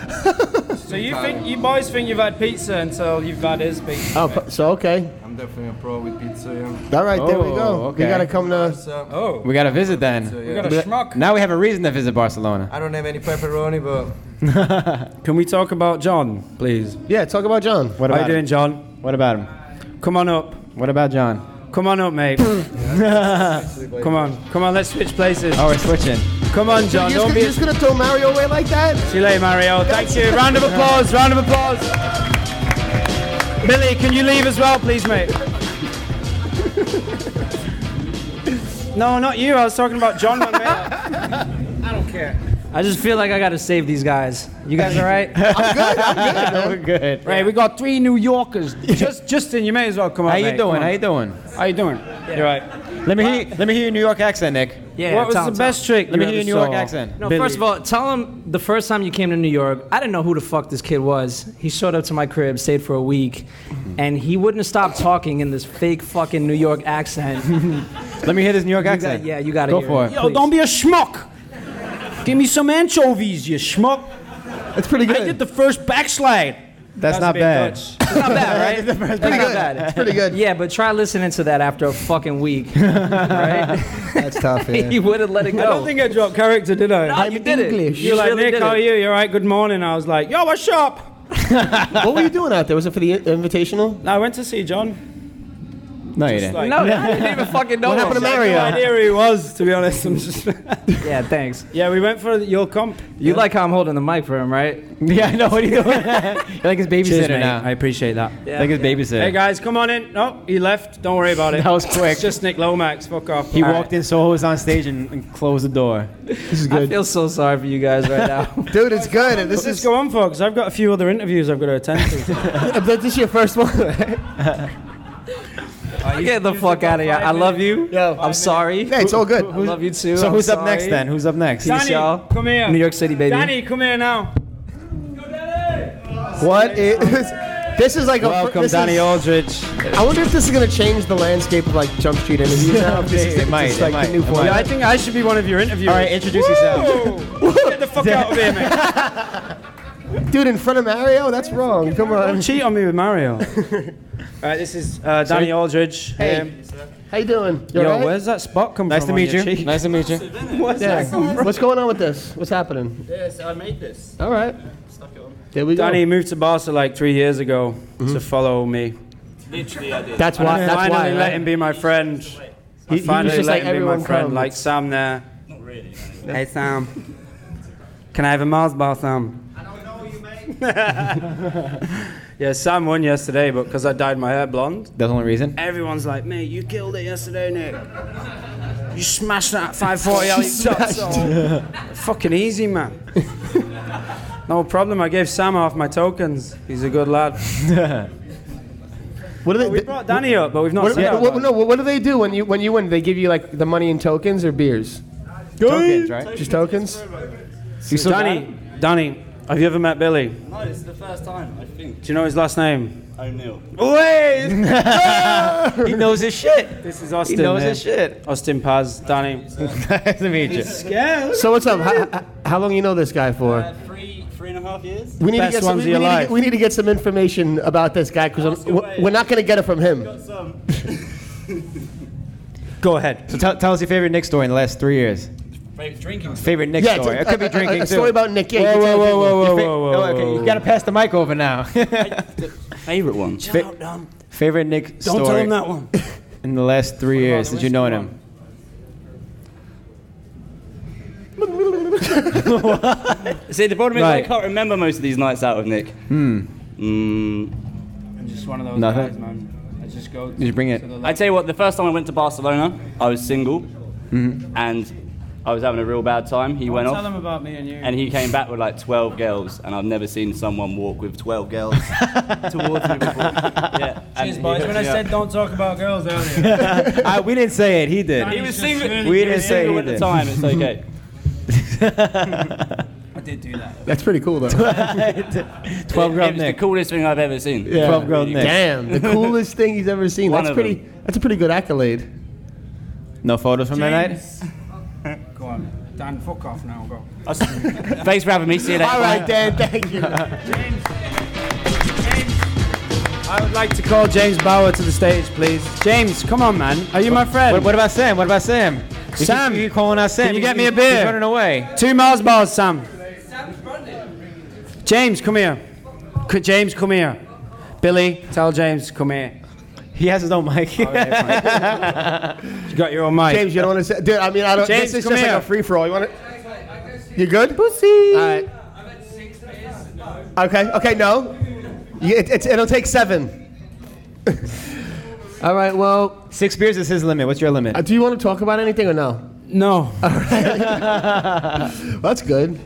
[SPEAKER 3] So you think you boys think you've had pizza until you've had his pizza.
[SPEAKER 2] Oh, fu- so okay.
[SPEAKER 5] I'm definitely a pro with pizza. Yeah.
[SPEAKER 2] All right, there we go.
[SPEAKER 4] Oh, okay.
[SPEAKER 2] We gotta come to.
[SPEAKER 3] Oh,
[SPEAKER 4] We gotta visit then.
[SPEAKER 3] we got a schmuck.
[SPEAKER 4] Now we have a reason to visit Barcelona.
[SPEAKER 5] I don't have any pepperoni, but
[SPEAKER 3] Can we talk about John, please?
[SPEAKER 2] Yeah, talk about John.
[SPEAKER 4] What
[SPEAKER 3] How
[SPEAKER 4] about
[SPEAKER 3] you doing,
[SPEAKER 4] him?
[SPEAKER 3] John?
[SPEAKER 4] What about him?
[SPEAKER 3] Come on up.
[SPEAKER 4] What about John?
[SPEAKER 3] Come on
[SPEAKER 2] *laughs*
[SPEAKER 3] up, mate. come on. Come on, let's switch places.
[SPEAKER 4] Oh, we're switching.
[SPEAKER 3] Come on, John.
[SPEAKER 2] You're just,
[SPEAKER 3] Don't
[SPEAKER 2] gonna,
[SPEAKER 3] be
[SPEAKER 2] you're just gonna throw Mario away like that?
[SPEAKER 3] See you later, Mario. Thank you. Round of applause. Round of applause. Billy, can you leave as well, please, mate? No, not you. *laughs* I was talking about John, my mate. I don't care.
[SPEAKER 6] I just feel like I gotta save these guys. You guys all right?
[SPEAKER 3] *laughs*
[SPEAKER 4] We're good.
[SPEAKER 6] right, we got three New Yorkers.
[SPEAKER 3] Just, Justin, you may as well come on.
[SPEAKER 4] How you
[SPEAKER 3] mate.
[SPEAKER 4] doing?
[SPEAKER 3] Come
[SPEAKER 4] How
[SPEAKER 3] on.
[SPEAKER 4] you doing?
[SPEAKER 3] How you doing?
[SPEAKER 4] You're right. Let me hear. Let me hear your New York accent, Nick.
[SPEAKER 6] Yeah,
[SPEAKER 3] what was
[SPEAKER 6] tell
[SPEAKER 3] the
[SPEAKER 6] 'em, tell 'em.
[SPEAKER 3] best trick?
[SPEAKER 4] Let me
[SPEAKER 3] you
[SPEAKER 4] hear your
[SPEAKER 3] ever
[SPEAKER 4] New York
[SPEAKER 3] saw?
[SPEAKER 4] accent.
[SPEAKER 6] No,
[SPEAKER 3] Billy?
[SPEAKER 6] first of all, tell him the first time you came to New York, I didn't know who the fuck this kid was. He showed up to my crib, stayed for a week, and he wouldn't have stopped talking in this fake fucking New York accent. You
[SPEAKER 4] Let me hear this New York
[SPEAKER 6] got-
[SPEAKER 4] accent.
[SPEAKER 6] yeah, you gotta
[SPEAKER 4] Go
[SPEAKER 6] hear
[SPEAKER 4] for it.
[SPEAKER 3] Yo, don't be a schmuck. Give me some anchovies, you schmuck.
[SPEAKER 2] That's pretty good.
[SPEAKER 3] I did the first backslide.
[SPEAKER 4] That's, not
[SPEAKER 3] a bit
[SPEAKER 4] bad.
[SPEAKER 3] Dutch.
[SPEAKER 6] It's not bad, right? That's
[SPEAKER 2] pretty
[SPEAKER 6] not
[SPEAKER 2] good. *laughs*
[SPEAKER 6] bad.
[SPEAKER 2] It's pretty good.
[SPEAKER 6] Yeah, but try listening to that after a fucking week, right?
[SPEAKER 5] That's tough,
[SPEAKER 6] *laughs* he
[SPEAKER 2] *laughs*
[SPEAKER 5] yeah.
[SPEAKER 6] would have let it go.
[SPEAKER 3] I don't think I dropped character, did I?
[SPEAKER 6] No, you did
[SPEAKER 2] English.
[SPEAKER 6] it.
[SPEAKER 3] You're like,
[SPEAKER 6] really
[SPEAKER 3] Nick,
[SPEAKER 6] did
[SPEAKER 3] how are
[SPEAKER 6] it.
[SPEAKER 3] you? You're right. Good morning. I was like, yo, what's up?
[SPEAKER 2] what were you doing out there? Was it for the in- invitational?
[SPEAKER 3] I went to see John.
[SPEAKER 4] No, you didn't.
[SPEAKER 3] Like,
[SPEAKER 6] No, I didn't even fucking know.
[SPEAKER 2] What happened to
[SPEAKER 6] him.
[SPEAKER 3] I
[SPEAKER 2] Mario?
[SPEAKER 3] had no idea who he was, to be honest. I'm just
[SPEAKER 6] Yeah, thanks.
[SPEAKER 3] yeah, we went for the- your comp.
[SPEAKER 6] You like how I'm holding the mic for him, right?
[SPEAKER 4] *laughs* yeah, I know. What are you doing? You're like his babysitter now.
[SPEAKER 3] I appreciate that.
[SPEAKER 6] Yeah.
[SPEAKER 4] like his babysitter.
[SPEAKER 3] Hey guys, come on in. No, he left. Don't worry about it.
[SPEAKER 4] That was quick.
[SPEAKER 3] It's just Nick Lomax. Fuck off.
[SPEAKER 4] he
[SPEAKER 3] All
[SPEAKER 4] walked in, saw who was on stage, and, and closed the door.
[SPEAKER 2] This is
[SPEAKER 6] I
[SPEAKER 2] good.
[SPEAKER 6] feel so sorry for you guys right
[SPEAKER 2] *laughs*
[SPEAKER 6] now.
[SPEAKER 2] Dude, it's good. This
[SPEAKER 3] Let's just
[SPEAKER 2] is
[SPEAKER 3] go on, folks. I've got a few other interviews I've got to attend
[SPEAKER 4] *laughs*
[SPEAKER 3] to.
[SPEAKER 2] this is your first one.
[SPEAKER 6] *laughs* Get the fuck out of here. I love you.
[SPEAKER 2] Yo.
[SPEAKER 6] I'm sorry.
[SPEAKER 2] Yeah, it's all good.
[SPEAKER 6] I love you too.
[SPEAKER 4] So
[SPEAKER 6] I'm
[SPEAKER 4] who's up
[SPEAKER 6] sorry.
[SPEAKER 4] next then? Who's up next?
[SPEAKER 6] Danny, y'all.
[SPEAKER 3] Danny, come here.
[SPEAKER 6] New York City, baby.
[SPEAKER 3] Danny, come here now.
[SPEAKER 2] What is? *laughs* This is like a.
[SPEAKER 4] Welcome,
[SPEAKER 2] This
[SPEAKER 4] Danny
[SPEAKER 2] is,
[SPEAKER 4] Aldridge.
[SPEAKER 2] I wonder if this is gonna change the landscape of like Jump Street interviews *laughs* now. If this is
[SPEAKER 4] It might,
[SPEAKER 2] just
[SPEAKER 4] it
[SPEAKER 2] like
[SPEAKER 4] might,
[SPEAKER 2] the new
[SPEAKER 4] it
[SPEAKER 2] format.
[SPEAKER 4] might.
[SPEAKER 3] I think I should be one of your interviewers.
[SPEAKER 4] All right, introduce yourself.
[SPEAKER 3] Whoa. Get the
[SPEAKER 4] *laughs*
[SPEAKER 3] fuck out of here, man.
[SPEAKER 2] Dude, in front of Mario? That's wrong. Come on.
[SPEAKER 3] Don't cheat on me with Mario. *laughs* All right, this is uh, Danny Aldridge.
[SPEAKER 2] Hey.
[SPEAKER 3] Um,
[SPEAKER 2] How you doing? You
[SPEAKER 3] yo,
[SPEAKER 2] alright?
[SPEAKER 3] where's that spot come
[SPEAKER 4] Nice to
[SPEAKER 3] from?
[SPEAKER 4] meet
[SPEAKER 3] on your
[SPEAKER 4] you.
[SPEAKER 3] cheek?
[SPEAKER 4] Nice to meet you.
[SPEAKER 3] Where's
[SPEAKER 2] Yeah.
[SPEAKER 3] that come from?
[SPEAKER 2] What's going on with this? What's happening?
[SPEAKER 7] Yes, I made this.
[SPEAKER 2] All right. There we go.
[SPEAKER 3] Danny moved to Barca like three years ago to follow me.
[SPEAKER 7] Literally, I did.
[SPEAKER 2] That's why.
[SPEAKER 3] I
[SPEAKER 2] That's
[SPEAKER 3] finally
[SPEAKER 2] why.
[SPEAKER 3] let him
[SPEAKER 2] Right?
[SPEAKER 3] be my friend. I
[SPEAKER 2] He- he was
[SPEAKER 3] finally
[SPEAKER 2] just
[SPEAKER 3] let
[SPEAKER 2] like
[SPEAKER 3] him be my
[SPEAKER 2] everyone
[SPEAKER 3] friend,
[SPEAKER 2] comes.
[SPEAKER 3] like Sam there.
[SPEAKER 7] Not really. *laughs*
[SPEAKER 3] Hey Sam, can I have a Mars bar, Sam?
[SPEAKER 7] I don't know you, mate.
[SPEAKER 3] *laughs* Yeah, Sam won yesterday, but because I dyed my hair blonde,
[SPEAKER 4] That's the only reason.
[SPEAKER 3] everyone's like, "Mate, you killed it yesterday, Nick. You smashed that
[SPEAKER 2] *laughs*
[SPEAKER 3] 540 alley top so fucking easy, man." no problem. I gave Sam half my tokens. He's a
[SPEAKER 2] *laughs*
[SPEAKER 3] good lad.
[SPEAKER 2] What do they?
[SPEAKER 3] We brought Danny up, but we've not
[SPEAKER 2] what,
[SPEAKER 3] seen
[SPEAKER 2] what-
[SPEAKER 3] him.
[SPEAKER 2] what- no, what do they do when you when you win? They give you like the money in tokens or beers?
[SPEAKER 4] Tokens, right?
[SPEAKER 2] Just tokens.
[SPEAKER 4] You still got it?
[SPEAKER 3] Danny, Danny, have you ever met Billy? Do
[SPEAKER 7] No, this is the first time, I think.
[SPEAKER 3] you know his last name?
[SPEAKER 7] O'Neill.
[SPEAKER 3] Wait,
[SPEAKER 4] He knows his shit.
[SPEAKER 3] this is Austin.
[SPEAKER 4] He knows
[SPEAKER 3] man.
[SPEAKER 4] his shit. *laughs*
[SPEAKER 3] Austin Paz, Danny.
[SPEAKER 4] Nice to meet you.
[SPEAKER 3] Yeah.
[SPEAKER 2] So what's up? How, how- how long you know this guy for?
[SPEAKER 7] Uh, three, three and a half years.
[SPEAKER 2] We need
[SPEAKER 3] Best
[SPEAKER 2] to get some,
[SPEAKER 3] ones
[SPEAKER 2] we, we
[SPEAKER 3] of your
[SPEAKER 2] need to
[SPEAKER 3] life.
[SPEAKER 2] get, we need to get some information about this guy because
[SPEAKER 7] Ask away.
[SPEAKER 2] we're not gonna get it from him.
[SPEAKER 7] Got some.
[SPEAKER 3] Go ahead.
[SPEAKER 4] So tell, tell us your favorite Nick story in the last three years.
[SPEAKER 7] Favorite drinking.
[SPEAKER 4] Favorite Nick
[SPEAKER 2] Yeah,
[SPEAKER 4] story.
[SPEAKER 2] t-
[SPEAKER 4] It could
[SPEAKER 2] a-
[SPEAKER 4] be
[SPEAKER 2] a-
[SPEAKER 4] drinking
[SPEAKER 2] A, story
[SPEAKER 4] too.
[SPEAKER 2] about Nick. Yeah,
[SPEAKER 4] Whoa,
[SPEAKER 2] you
[SPEAKER 4] whoa,
[SPEAKER 2] can tell
[SPEAKER 4] whoa, whoa, whoa,
[SPEAKER 3] Your fa-
[SPEAKER 4] whoa,
[SPEAKER 3] oh, okay,
[SPEAKER 4] Okay,
[SPEAKER 3] you
[SPEAKER 4] you gotta pass the mic over now.
[SPEAKER 7] Favorite one.
[SPEAKER 4] *laughs* Favorite Nick
[SPEAKER 3] Don't
[SPEAKER 4] story
[SPEAKER 3] tell him that one.
[SPEAKER 4] *laughs* in the last three years since you know him.
[SPEAKER 7] See, the problem is
[SPEAKER 4] Right.
[SPEAKER 7] I can't remember most of these nights out with Nick. Hmm. Mm.
[SPEAKER 3] I'm just one of those
[SPEAKER 4] Nothing.
[SPEAKER 3] guys, man. I just go.
[SPEAKER 4] Just bring
[SPEAKER 3] *laughs*
[SPEAKER 4] it.
[SPEAKER 3] to the
[SPEAKER 7] I
[SPEAKER 3] left.
[SPEAKER 7] tell you what, the first time I went to Barcelona, I was single,
[SPEAKER 4] Mm-hmm.
[SPEAKER 7] and I was having a real bad time. He went
[SPEAKER 3] Tell
[SPEAKER 7] off,
[SPEAKER 3] them about me and you.
[SPEAKER 7] and he came back with like 12 girls, and I've never seen someone walk with 12
[SPEAKER 4] *laughs*
[SPEAKER 7] girls towards me before. Yeah, and
[SPEAKER 3] Cheers,
[SPEAKER 7] he
[SPEAKER 3] boys.
[SPEAKER 7] hooked
[SPEAKER 3] When I
[SPEAKER 7] me up.
[SPEAKER 3] said don't talk about girls earlier,
[SPEAKER 4] I, Ah, we didn't say it. He
[SPEAKER 7] he
[SPEAKER 4] did.
[SPEAKER 7] was
[SPEAKER 3] It's just
[SPEAKER 7] single,
[SPEAKER 3] really
[SPEAKER 7] he
[SPEAKER 4] good.
[SPEAKER 7] was single
[SPEAKER 4] We
[SPEAKER 7] at the
[SPEAKER 4] didn't
[SPEAKER 7] time. It's
[SPEAKER 4] *laughs*
[SPEAKER 7] okay.
[SPEAKER 3] I did do that.
[SPEAKER 2] him. That's pretty cool though.
[SPEAKER 4] Twelve
[SPEAKER 7] It
[SPEAKER 4] girl
[SPEAKER 7] was the
[SPEAKER 4] Nick.
[SPEAKER 7] coolest thing I've ever seen.
[SPEAKER 2] Yeah.
[SPEAKER 4] Twelve girl
[SPEAKER 2] *laughs*
[SPEAKER 4] Nick.
[SPEAKER 2] Damn, the coolest thing he's ever seen.
[SPEAKER 7] One
[SPEAKER 2] That's
[SPEAKER 7] of
[SPEAKER 2] pretty.
[SPEAKER 7] them.
[SPEAKER 2] That's a pretty good accolade.
[SPEAKER 4] No photos from that night.
[SPEAKER 3] Go on, Dan. Fuck off now. Go.
[SPEAKER 7] Thanks for having me. See you later.
[SPEAKER 2] All right, Dan. Thank you.
[SPEAKER 3] I would like to call James Bauer to the stage, please. James, come on, man. Are you my friend?
[SPEAKER 4] What, what about Sam? What about Sam? You
[SPEAKER 3] Sam,
[SPEAKER 4] keep, you keep calling out Sam.
[SPEAKER 3] can you get
[SPEAKER 4] He-
[SPEAKER 3] me a
[SPEAKER 4] he's
[SPEAKER 3] beer?
[SPEAKER 4] running away.
[SPEAKER 3] Two Mars bars, Sam. James, come here. C- James, come here. Billy, tell James, come here.
[SPEAKER 4] He has his own
[SPEAKER 3] Oh,
[SPEAKER 4] mic.
[SPEAKER 3] You got your own mic.
[SPEAKER 2] James, you don't want to say, dude. I mean, I don't.
[SPEAKER 3] James,
[SPEAKER 2] this is
[SPEAKER 3] come
[SPEAKER 2] just
[SPEAKER 3] here.
[SPEAKER 2] like a free for all. You want to? You good? Pussy. All right. Okay. Okay. No. You- It, it's- it'll take seven. *laughs* All right. Well,
[SPEAKER 4] *laughs* Six beers is his limit. What's your limit?
[SPEAKER 2] uh, do you want to talk about anything or no?
[SPEAKER 3] No.
[SPEAKER 2] That's good.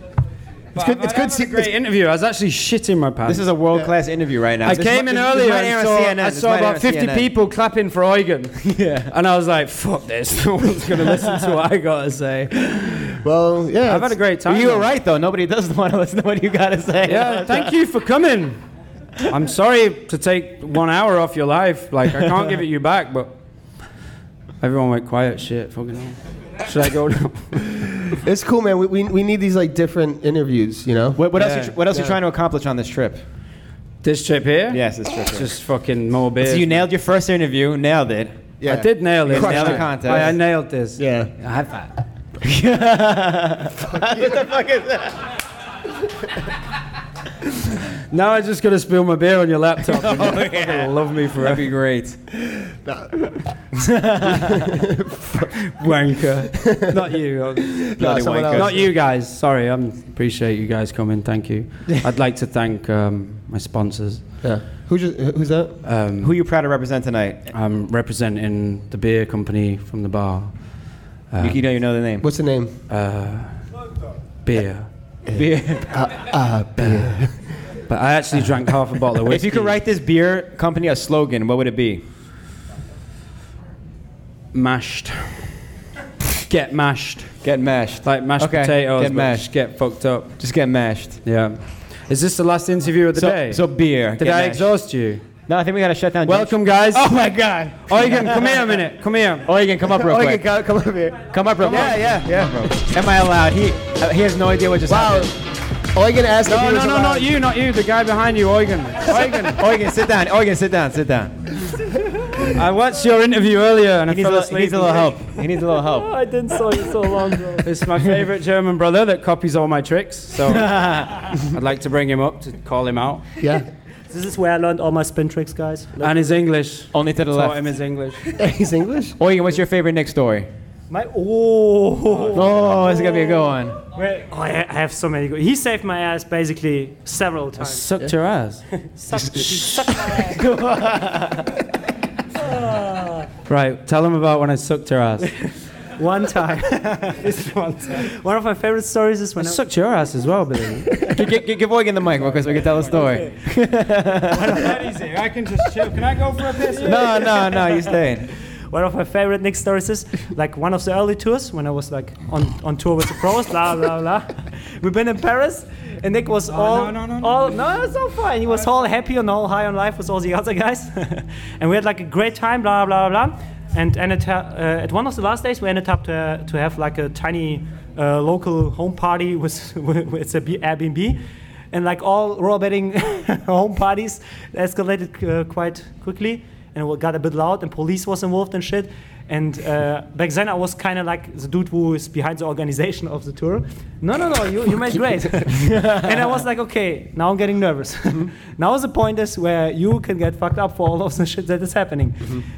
[SPEAKER 3] It's
[SPEAKER 2] good- it's good
[SPEAKER 3] a
[SPEAKER 2] see-
[SPEAKER 3] great
[SPEAKER 2] it's-
[SPEAKER 3] interview. I was actually shitting my pants.
[SPEAKER 4] This is a world class interview right now.
[SPEAKER 3] I
[SPEAKER 4] This
[SPEAKER 3] came
[SPEAKER 4] might-
[SPEAKER 3] in
[SPEAKER 4] this
[SPEAKER 3] earlier
[SPEAKER 4] might air
[SPEAKER 3] and
[SPEAKER 4] on
[SPEAKER 3] saw,
[SPEAKER 4] CNN.
[SPEAKER 3] I
[SPEAKER 4] This
[SPEAKER 3] saw
[SPEAKER 4] might air
[SPEAKER 3] about
[SPEAKER 4] on
[SPEAKER 3] 50
[SPEAKER 4] CNN.
[SPEAKER 3] people clapping for Eugen. *laughs* yeah. And I was like, fuck this. *laughs* No one's going to listen to what I got to say.
[SPEAKER 2] Well, yeah.
[SPEAKER 3] I've had a great time.
[SPEAKER 4] You were
[SPEAKER 3] though.
[SPEAKER 4] right though. Nobody does *laughs* want to listen to what you gotta say.
[SPEAKER 3] Yeah, thank you for coming. I'm sorry to take one hour off your life. Like, I can't give it you back, but everyone went quiet. Shit, fucking hell. Should I go *laughs* now?
[SPEAKER 2] it's cool, man. We, we, we need these like different interviews, you know?
[SPEAKER 4] What, what else?
[SPEAKER 3] Yeah.
[SPEAKER 4] You, what else you trying to accomplish on this trip?
[SPEAKER 3] this trip here?
[SPEAKER 4] Yes, this trip. here.
[SPEAKER 3] Just fucking more beer.
[SPEAKER 4] So you nailed your first interview. Nailed it.
[SPEAKER 2] Yeah.
[SPEAKER 3] I did nail it.
[SPEAKER 4] Crushed
[SPEAKER 3] Nailed
[SPEAKER 4] the
[SPEAKER 3] it.
[SPEAKER 4] contest.
[SPEAKER 3] I, I nailed this.
[SPEAKER 2] Yeah.
[SPEAKER 3] I high five.
[SPEAKER 4] *laughs* what the fuck is that?
[SPEAKER 3] Now I just gotta spill my beer on your
[SPEAKER 4] *laughs*
[SPEAKER 3] laptop. and you're gonna Love me
[SPEAKER 4] Oh, That'd
[SPEAKER 3] forever,
[SPEAKER 4] be great. *laughs*
[SPEAKER 3] wanker. Not
[SPEAKER 4] *laughs*
[SPEAKER 3] you. um,
[SPEAKER 2] No,
[SPEAKER 4] Bloody
[SPEAKER 2] someone
[SPEAKER 4] wanker.
[SPEAKER 2] else.
[SPEAKER 3] Not you guys. Sorry, I appreciate you guys coming. Thank you. I'd like to thank um, my sponsors.
[SPEAKER 2] Yeah. Who's, your- who's that?
[SPEAKER 3] Um,
[SPEAKER 4] Who you proud to represent tonight?
[SPEAKER 3] I'm representing the beer company from the bar. Um,
[SPEAKER 4] you, you know you know the name.
[SPEAKER 2] What's the name?
[SPEAKER 3] uh, beer.
[SPEAKER 4] *laughs*
[SPEAKER 2] Uh, beer.
[SPEAKER 3] But I actually drank half a bottle of
[SPEAKER 4] If
[SPEAKER 3] whiskey.
[SPEAKER 4] you could write this beer company a slogan, what would it be?
[SPEAKER 3] mashed, get mashed,
[SPEAKER 4] Get mashed.
[SPEAKER 3] like mashed
[SPEAKER 4] Okay,
[SPEAKER 3] potatoes,
[SPEAKER 4] get
[SPEAKER 3] but
[SPEAKER 4] mashed.
[SPEAKER 3] just get fucked up.
[SPEAKER 4] Just get mashed.
[SPEAKER 3] Yeah. Is this the last interview of the
[SPEAKER 4] So,
[SPEAKER 3] day?
[SPEAKER 4] so beer.
[SPEAKER 3] Did
[SPEAKER 4] get
[SPEAKER 3] I
[SPEAKER 4] mashed.
[SPEAKER 3] exhaust you?
[SPEAKER 4] No, I think we gotta shut down.
[SPEAKER 3] *laughs*
[SPEAKER 4] James.
[SPEAKER 3] Welcome, guys.
[SPEAKER 4] Oh my god.
[SPEAKER 3] Eugen, come *laughs* here a minute. Come here.
[SPEAKER 4] Oregon, come up real
[SPEAKER 2] Oh, you
[SPEAKER 4] quick.
[SPEAKER 2] come, come up here.
[SPEAKER 4] Come up real quick.
[SPEAKER 2] yeah, yeah.
[SPEAKER 4] Am I allowed? He uh, he has no idea what just
[SPEAKER 2] Wow.
[SPEAKER 4] happened.
[SPEAKER 2] Oh, I can ask if
[SPEAKER 3] No,
[SPEAKER 2] he
[SPEAKER 3] no,
[SPEAKER 2] was
[SPEAKER 3] no,
[SPEAKER 2] allowed-
[SPEAKER 3] not you, not you. The guy behind you, Eugen. Eugen.
[SPEAKER 4] Oregon, Oh, sit down. Oregon, sit down. Sit down.
[SPEAKER 3] I watched your interview earlier and I
[SPEAKER 4] He needs, a,
[SPEAKER 3] fell
[SPEAKER 4] little- he
[SPEAKER 3] asleep.
[SPEAKER 4] needs a little help. He needs a little help.
[SPEAKER 6] I didn't saw you so long, bro.
[SPEAKER 3] It's my favorite German brother that copies all my tricks. So I'd like to bring him up to call him out.
[SPEAKER 2] Yeah.
[SPEAKER 6] This is where I learned all my spin tricks, guys.
[SPEAKER 3] And his English.
[SPEAKER 4] Only to the
[SPEAKER 3] Taught him
[SPEAKER 4] left.
[SPEAKER 3] his English.
[SPEAKER 2] *laughs* He's English?
[SPEAKER 4] Oregon, what's your favorite Nick story?
[SPEAKER 6] My oh.
[SPEAKER 4] Oh, this is gonna be a good one.
[SPEAKER 8] Well, I ha- I have so many. Go- he saved my ass basically several times.
[SPEAKER 3] Sucked your ass.
[SPEAKER 8] Sucked- he sucked my ass.
[SPEAKER 3] Right, tell him about when I sucked your ass. *laughs*
[SPEAKER 8] one time. This one time. One of my favorite stories is
[SPEAKER 3] I
[SPEAKER 8] when I,
[SPEAKER 3] sucked your ass as well, Billy.
[SPEAKER 4] G- g- g- give Oregon the mic real quick so we can tell
[SPEAKER 3] *laughs*
[SPEAKER 4] a story.
[SPEAKER 3] I can just chill. Can I go for a piss?
[SPEAKER 4] No, no, no, you stayed.
[SPEAKER 8] one of my favorite Nick stories is like one of the early tours when I was like on, on tour with the pros, blah blah blah. We've been in Paris, and Nick was all
[SPEAKER 3] Oh, no, no, no,
[SPEAKER 8] all no, it's all fine. He was all happy and all high on life with all the other guys, *laughs* and we had like a great time, blah blah blah. And and it, ha- uh, at one of the last days, we ended up to, to have like a tiny uh, local home party *laughs* with it's a B- Airbnb. And like all raw betting *laughs* home parties, escalated uh, quite quickly and it got a bit loud and police was involved and shit and uh, back then i was kind of like the dude who is behind the organization of the tour no no no you, you made great and i was like okay now i'm getting nervous *laughs* now the point is where you can get fucked up for all of the shit that is happening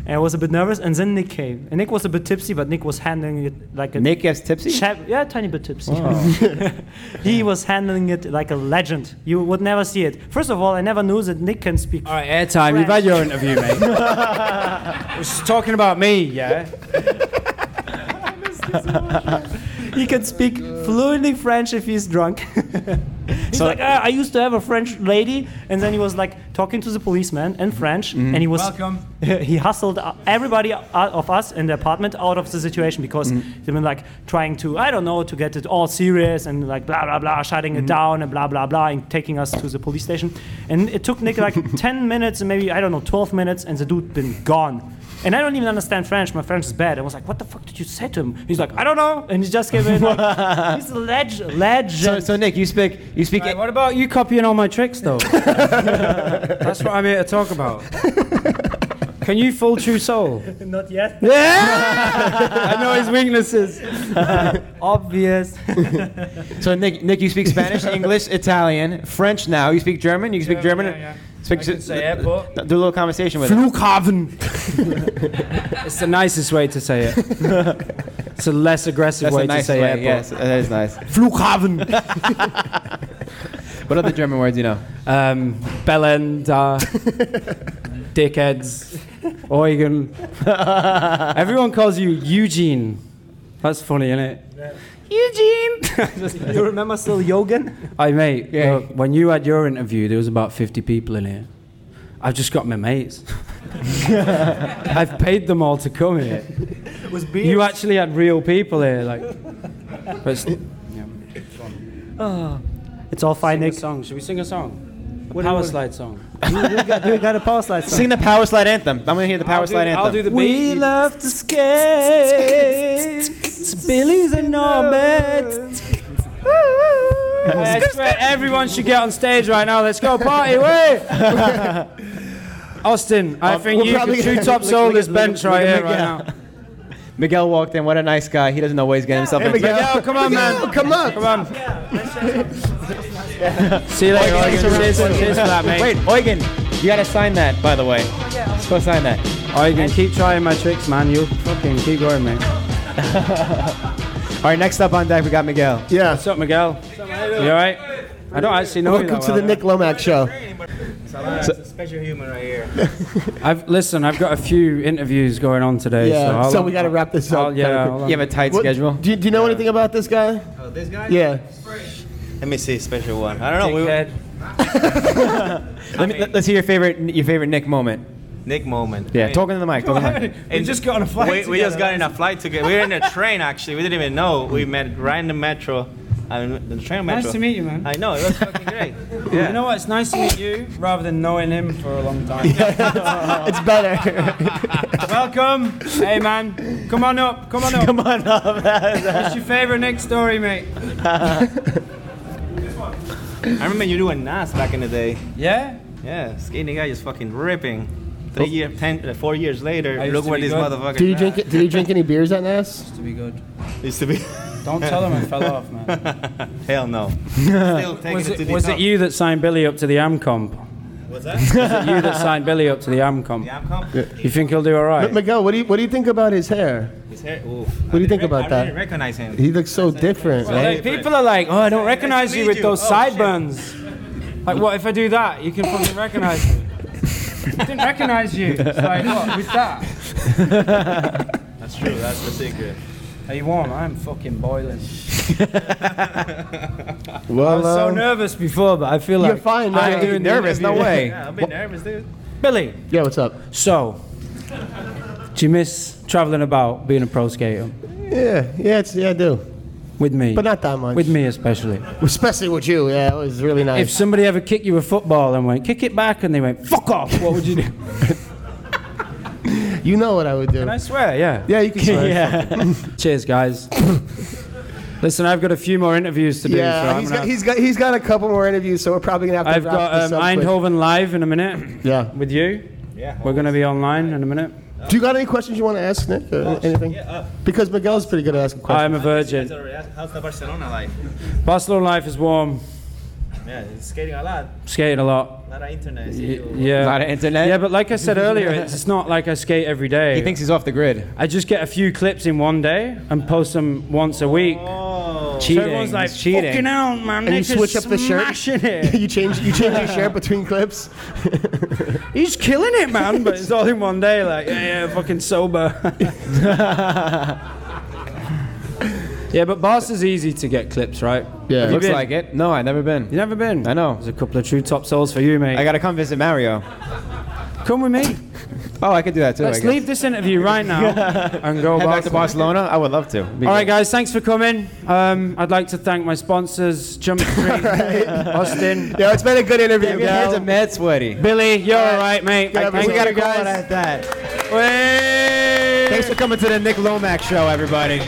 [SPEAKER 8] and i was a bit nervous and then nick came and nick was a bit tipsy but nick was handling it like a
[SPEAKER 4] Nick gets tipsy.
[SPEAKER 8] *laughs* Chap- yeah, tiny bit tipsy. *laughs* he was handling it like a legend. You would never see it. First of all, I never knew that Nick can speak
[SPEAKER 3] All right, airtime. You've had your interview,
[SPEAKER 8] *laughs*
[SPEAKER 3] mate. It's talking about me, yeah.
[SPEAKER 8] *laughs* he can speak fluently French if he's drunk. he's like, ah, I used to have a French lady, and then he was like talking to the policeman in French, and he was *laughs* he hustled uh, everybody o- of us in the apartment out of the situation because they were like trying to I don't know to get it all serious and like blah blah blah shutting it down and blah blah blah and taking us to the police station, and it took Nick like ten minutes and maybe I don't know twelve minutes, and the dude been gone. And I don't even understand French. My French is bad. I was like, "What the fuck did you say to him?" He's like, "I don't know," and he just gave in. Like, he's a leg-
[SPEAKER 4] So,
[SPEAKER 8] legend.
[SPEAKER 4] so Nick, you speak. You speak.
[SPEAKER 3] Hey, what about you copying all my tricks,
[SPEAKER 8] *laughs*
[SPEAKER 3] though? That's what I'm here to talk about. Can you full true soul?
[SPEAKER 8] Not yet.
[SPEAKER 3] *laughs* I know his weaknesses.
[SPEAKER 8] *laughs* Obvious.
[SPEAKER 4] So Nick, Nick, you speak *laughs* Spanish, English, Italian, French. Now you speak German. You speak German. Speak,
[SPEAKER 3] airport.
[SPEAKER 4] do a little conversation with him.
[SPEAKER 3] Flughafen. *laughs* it's the nicest way to say *laughs* it. It's a less aggressive
[SPEAKER 4] That's
[SPEAKER 3] way
[SPEAKER 4] a nice
[SPEAKER 3] to say
[SPEAKER 4] way.
[SPEAKER 3] airport.
[SPEAKER 4] Yes, that is nice.
[SPEAKER 3] Flughafen.
[SPEAKER 4] What other German words you know?
[SPEAKER 3] Um,
[SPEAKER 6] *laughs*
[SPEAKER 3] Belenda.
[SPEAKER 6] *laughs*
[SPEAKER 3] Dickheads. Eugen. Everyone calls you Eugene. That's funny, isn't it? *laughs*
[SPEAKER 6] you remember still Yogan?
[SPEAKER 3] I mate,
[SPEAKER 4] Yeah.
[SPEAKER 3] look, when you had your interview, there was about 50 people in here. I've just got my
[SPEAKER 6] *laughs*
[SPEAKER 3] mates. I've paid them all to come here.
[SPEAKER 6] Was
[SPEAKER 3] You actually had real people here, like. But it's,
[SPEAKER 8] It's all fine,
[SPEAKER 3] sing a
[SPEAKER 8] Nick.
[SPEAKER 3] song. Should we sing a song? A
[SPEAKER 8] do you
[SPEAKER 3] power
[SPEAKER 8] want?
[SPEAKER 3] slide song.
[SPEAKER 8] You got a power slide.
[SPEAKER 4] Sing the power slide anthem. I'm gonna hear the power slide anthem.
[SPEAKER 3] I'll do the
[SPEAKER 6] We
[SPEAKER 3] beat.
[SPEAKER 6] love to skate. Billy's and Norbert.
[SPEAKER 3] I swear, everyone should get on stage right now. Let's go party, way! *laughs* Austin, I think
[SPEAKER 2] we're
[SPEAKER 3] you
[SPEAKER 2] probably
[SPEAKER 3] could two
[SPEAKER 2] gonna-
[SPEAKER 3] top *laughs*
[SPEAKER 2] look-
[SPEAKER 3] sold
[SPEAKER 2] look-
[SPEAKER 3] this
[SPEAKER 2] look-
[SPEAKER 3] bench
[SPEAKER 2] look-
[SPEAKER 3] right
[SPEAKER 2] look-
[SPEAKER 3] here, right *laughs*
[SPEAKER 4] yeah.
[SPEAKER 3] now.
[SPEAKER 4] Miguel walked in. What a nice guy. He doesn't know what he's getting himself into.
[SPEAKER 3] Miguel, come on, man.
[SPEAKER 2] Miguel, Come on.
[SPEAKER 3] Come on. See you later, Eugen. Cheers, cheers for that, mate.
[SPEAKER 4] Wait, Eugen, you gotta sign that, by the way. Let's go sign that.
[SPEAKER 3] Eugen, keep trying my tricks, man. You fucking keep going, mate.
[SPEAKER 4] All right, next up on deck, we got Miguel.
[SPEAKER 2] Yeah.
[SPEAKER 3] What's up, Miguel? You alright? I don't actually know you
[SPEAKER 2] Welcome
[SPEAKER 3] that
[SPEAKER 2] to
[SPEAKER 3] well.
[SPEAKER 2] the Nick Lomax show.
[SPEAKER 3] I've listen. I've got a few interviews going on today,
[SPEAKER 2] Yeah.
[SPEAKER 3] so,
[SPEAKER 2] So we got to wrap this
[SPEAKER 3] i
[SPEAKER 2] up.
[SPEAKER 3] yeah, I'll-
[SPEAKER 4] You have a tight
[SPEAKER 2] What-
[SPEAKER 4] schedule.
[SPEAKER 2] Do you, do you know anything about this guy? Oh, this guy? Yeah.
[SPEAKER 9] Let me see special one. I don't know. We were,
[SPEAKER 3] Dickhead.
[SPEAKER 4] Let me, let, us hear your favorite your favorite Nick moment.
[SPEAKER 9] Nick moment.
[SPEAKER 4] Yeah,
[SPEAKER 9] Hey,
[SPEAKER 4] talking to the mic. Talking to the mic.
[SPEAKER 3] we just got on a flight.
[SPEAKER 9] We, we just
[SPEAKER 3] together.
[SPEAKER 9] got in a flight together. We were in a train actually. We didn't even know. We met right in the metro. I mean, the train metro.
[SPEAKER 3] Nice to meet you, man.
[SPEAKER 9] I know it was fucking great.
[SPEAKER 3] You know what? It's nice to meet you rather than knowing him for a long *laughs* time.
[SPEAKER 2] It's better.
[SPEAKER 3] *laughs* Welcome. Hey, man. Come on up. Come on up. Come on up. What's your favorite Nick story, mate?
[SPEAKER 9] I remember you doing Nas back in the day.
[SPEAKER 3] Yeah?
[SPEAKER 9] Yeah, skating guy is fucking ripping. Three year, ten, uh, four years later,
[SPEAKER 3] I used
[SPEAKER 9] look
[SPEAKER 3] to
[SPEAKER 9] where
[SPEAKER 3] be
[SPEAKER 9] this
[SPEAKER 3] good.
[SPEAKER 9] motherfucker.
[SPEAKER 2] Oh. Did you drink? Did you drink any beers on
[SPEAKER 3] *laughs*
[SPEAKER 2] this?
[SPEAKER 3] Used to be good.
[SPEAKER 9] Used to be.
[SPEAKER 3] Don't tell him I fell off, man.
[SPEAKER 2] *laughs*
[SPEAKER 9] Hell no. Still taking
[SPEAKER 3] Was
[SPEAKER 9] it, to
[SPEAKER 3] it,
[SPEAKER 9] the
[SPEAKER 3] was it
[SPEAKER 9] top.
[SPEAKER 3] you that signed Billy up to the AM comp?
[SPEAKER 9] What's that?
[SPEAKER 3] Was it you that signed Billy up to the AM comp?
[SPEAKER 9] yeah, I'm calm.
[SPEAKER 3] You think he'll do all
[SPEAKER 2] But
[SPEAKER 3] right?
[SPEAKER 2] Miguel, what do you what do you think about his hair?
[SPEAKER 9] His hair. Ooh.
[SPEAKER 2] What do you think about
[SPEAKER 9] I
[SPEAKER 2] that?
[SPEAKER 9] didn't recognize him.
[SPEAKER 2] He looks so different,
[SPEAKER 3] Well,
[SPEAKER 2] right?
[SPEAKER 3] like, people are like, oh, I don't recognize
[SPEAKER 9] to
[SPEAKER 3] you
[SPEAKER 9] meet
[SPEAKER 3] with
[SPEAKER 9] you.
[SPEAKER 3] those
[SPEAKER 9] Oh,
[SPEAKER 3] sideburns. Like, what if I do that? You can fucking recognize me. I didn't recognize you. It's like, what, with that?
[SPEAKER 9] *laughs* That's true. That's the secret.
[SPEAKER 3] Are you warm? I'm fucking boiling. I
[SPEAKER 2] Well,
[SPEAKER 3] was so
[SPEAKER 2] um,
[SPEAKER 3] nervous before, but I feel
[SPEAKER 2] You're
[SPEAKER 3] like
[SPEAKER 2] fine now.
[SPEAKER 3] I'm doing the
[SPEAKER 4] nervous, no
[SPEAKER 3] interview.
[SPEAKER 4] way.
[SPEAKER 9] *laughs* Yeah, I've been nervous, dude.
[SPEAKER 3] Billy,
[SPEAKER 2] yeah, what's up?
[SPEAKER 3] so do you miss traveling about being a pro skater
[SPEAKER 2] Yeah, yeah, it's, yeah, I do,
[SPEAKER 3] with me?
[SPEAKER 2] but not that much.
[SPEAKER 3] with me especially.
[SPEAKER 2] especially with you. Yeah, it was really
[SPEAKER 3] If
[SPEAKER 2] nice.
[SPEAKER 3] somebody ever kicked you a football and went, kick it back, and they went, fuck off, what would you *laughs* do?
[SPEAKER 2] you know what I would do.
[SPEAKER 3] I swear, *laughs* yeah.
[SPEAKER 2] Yeah, you can. Swear. yeah,
[SPEAKER 3] Cheers, guys. Listen, I've got a few more interviews to do. so I'm
[SPEAKER 2] he's
[SPEAKER 3] gonna-
[SPEAKER 2] got, he's got he's got a couple more interviews, so we're probably gonna have to.
[SPEAKER 3] I've
[SPEAKER 2] wrap this
[SPEAKER 3] got
[SPEAKER 2] up
[SPEAKER 3] um,
[SPEAKER 2] quick.
[SPEAKER 3] Eindhoven live in a minute
[SPEAKER 2] Yeah.
[SPEAKER 3] with you.
[SPEAKER 9] Yeah.
[SPEAKER 3] We're going to be online in a minute.
[SPEAKER 2] Do you got any questions you want to ask Nick? Or
[SPEAKER 3] Oh,
[SPEAKER 2] anything?
[SPEAKER 9] uh,
[SPEAKER 2] because Miguel's pretty good at asking questions.
[SPEAKER 3] I'm a
[SPEAKER 9] It's
[SPEAKER 3] virgin.
[SPEAKER 9] already- How's the Barcelona life?
[SPEAKER 3] Barcelona life is warm.
[SPEAKER 9] Yeah, it's skating a lot.
[SPEAKER 3] Skating a lot.
[SPEAKER 9] A lot of internet.
[SPEAKER 3] Y-
[SPEAKER 4] A
[SPEAKER 9] You-
[SPEAKER 4] lot
[SPEAKER 3] Yeah.
[SPEAKER 4] of internet.
[SPEAKER 3] Uh, Yeah, but like I said earlier, it's not like I skate every day.
[SPEAKER 4] he thinks he's off the grid.
[SPEAKER 3] I just get a few clips in one day and post them once a week.
[SPEAKER 9] Oh.
[SPEAKER 3] So
[SPEAKER 4] Cheating.
[SPEAKER 3] everyone's like,
[SPEAKER 4] He's cheating.
[SPEAKER 3] fucking out, man.
[SPEAKER 2] and you
[SPEAKER 3] Nick is
[SPEAKER 2] switch up the shirt.
[SPEAKER 3] smashing
[SPEAKER 2] *laughs*
[SPEAKER 3] *laughs* it.
[SPEAKER 2] you change you change your shirt between clips.
[SPEAKER 3] He's killing it, man. But it's all in one day. Like, yeah, yeah, fucking sober. yeah, but Barca's *laughs* easy to get clips, right?
[SPEAKER 2] Yeah.
[SPEAKER 4] Looks
[SPEAKER 3] been?
[SPEAKER 4] like it. No, I've never been.
[SPEAKER 3] You never been?
[SPEAKER 4] I know.
[SPEAKER 3] There's a couple of true top souls for you, mate.
[SPEAKER 4] I gotta come visit Mario.
[SPEAKER 3] Come with me.
[SPEAKER 4] Oh, I could do that too. I
[SPEAKER 3] Let's
[SPEAKER 4] guess.
[SPEAKER 3] leave this interview right *laughs* now and go
[SPEAKER 4] Head back
[SPEAKER 3] back
[SPEAKER 4] to Barcelona. I would love to. All
[SPEAKER 3] All right, guys, thanks for coming. Um, I'd like to thank my sponsors, Jump *laughs* Street, Austin,
[SPEAKER 2] Yeah, it's been a good interview,
[SPEAKER 4] Your hands are
[SPEAKER 2] Miguel.
[SPEAKER 4] mad sweaty.
[SPEAKER 3] Billy. You're all right, mate.
[SPEAKER 2] Yeah,
[SPEAKER 3] I
[SPEAKER 2] but
[SPEAKER 3] thank
[SPEAKER 2] we gotta
[SPEAKER 3] you
[SPEAKER 2] go
[SPEAKER 3] guys.
[SPEAKER 2] on
[SPEAKER 4] at that.
[SPEAKER 3] Wait.
[SPEAKER 4] Thanks for coming to the Nick Lomax show, everybody.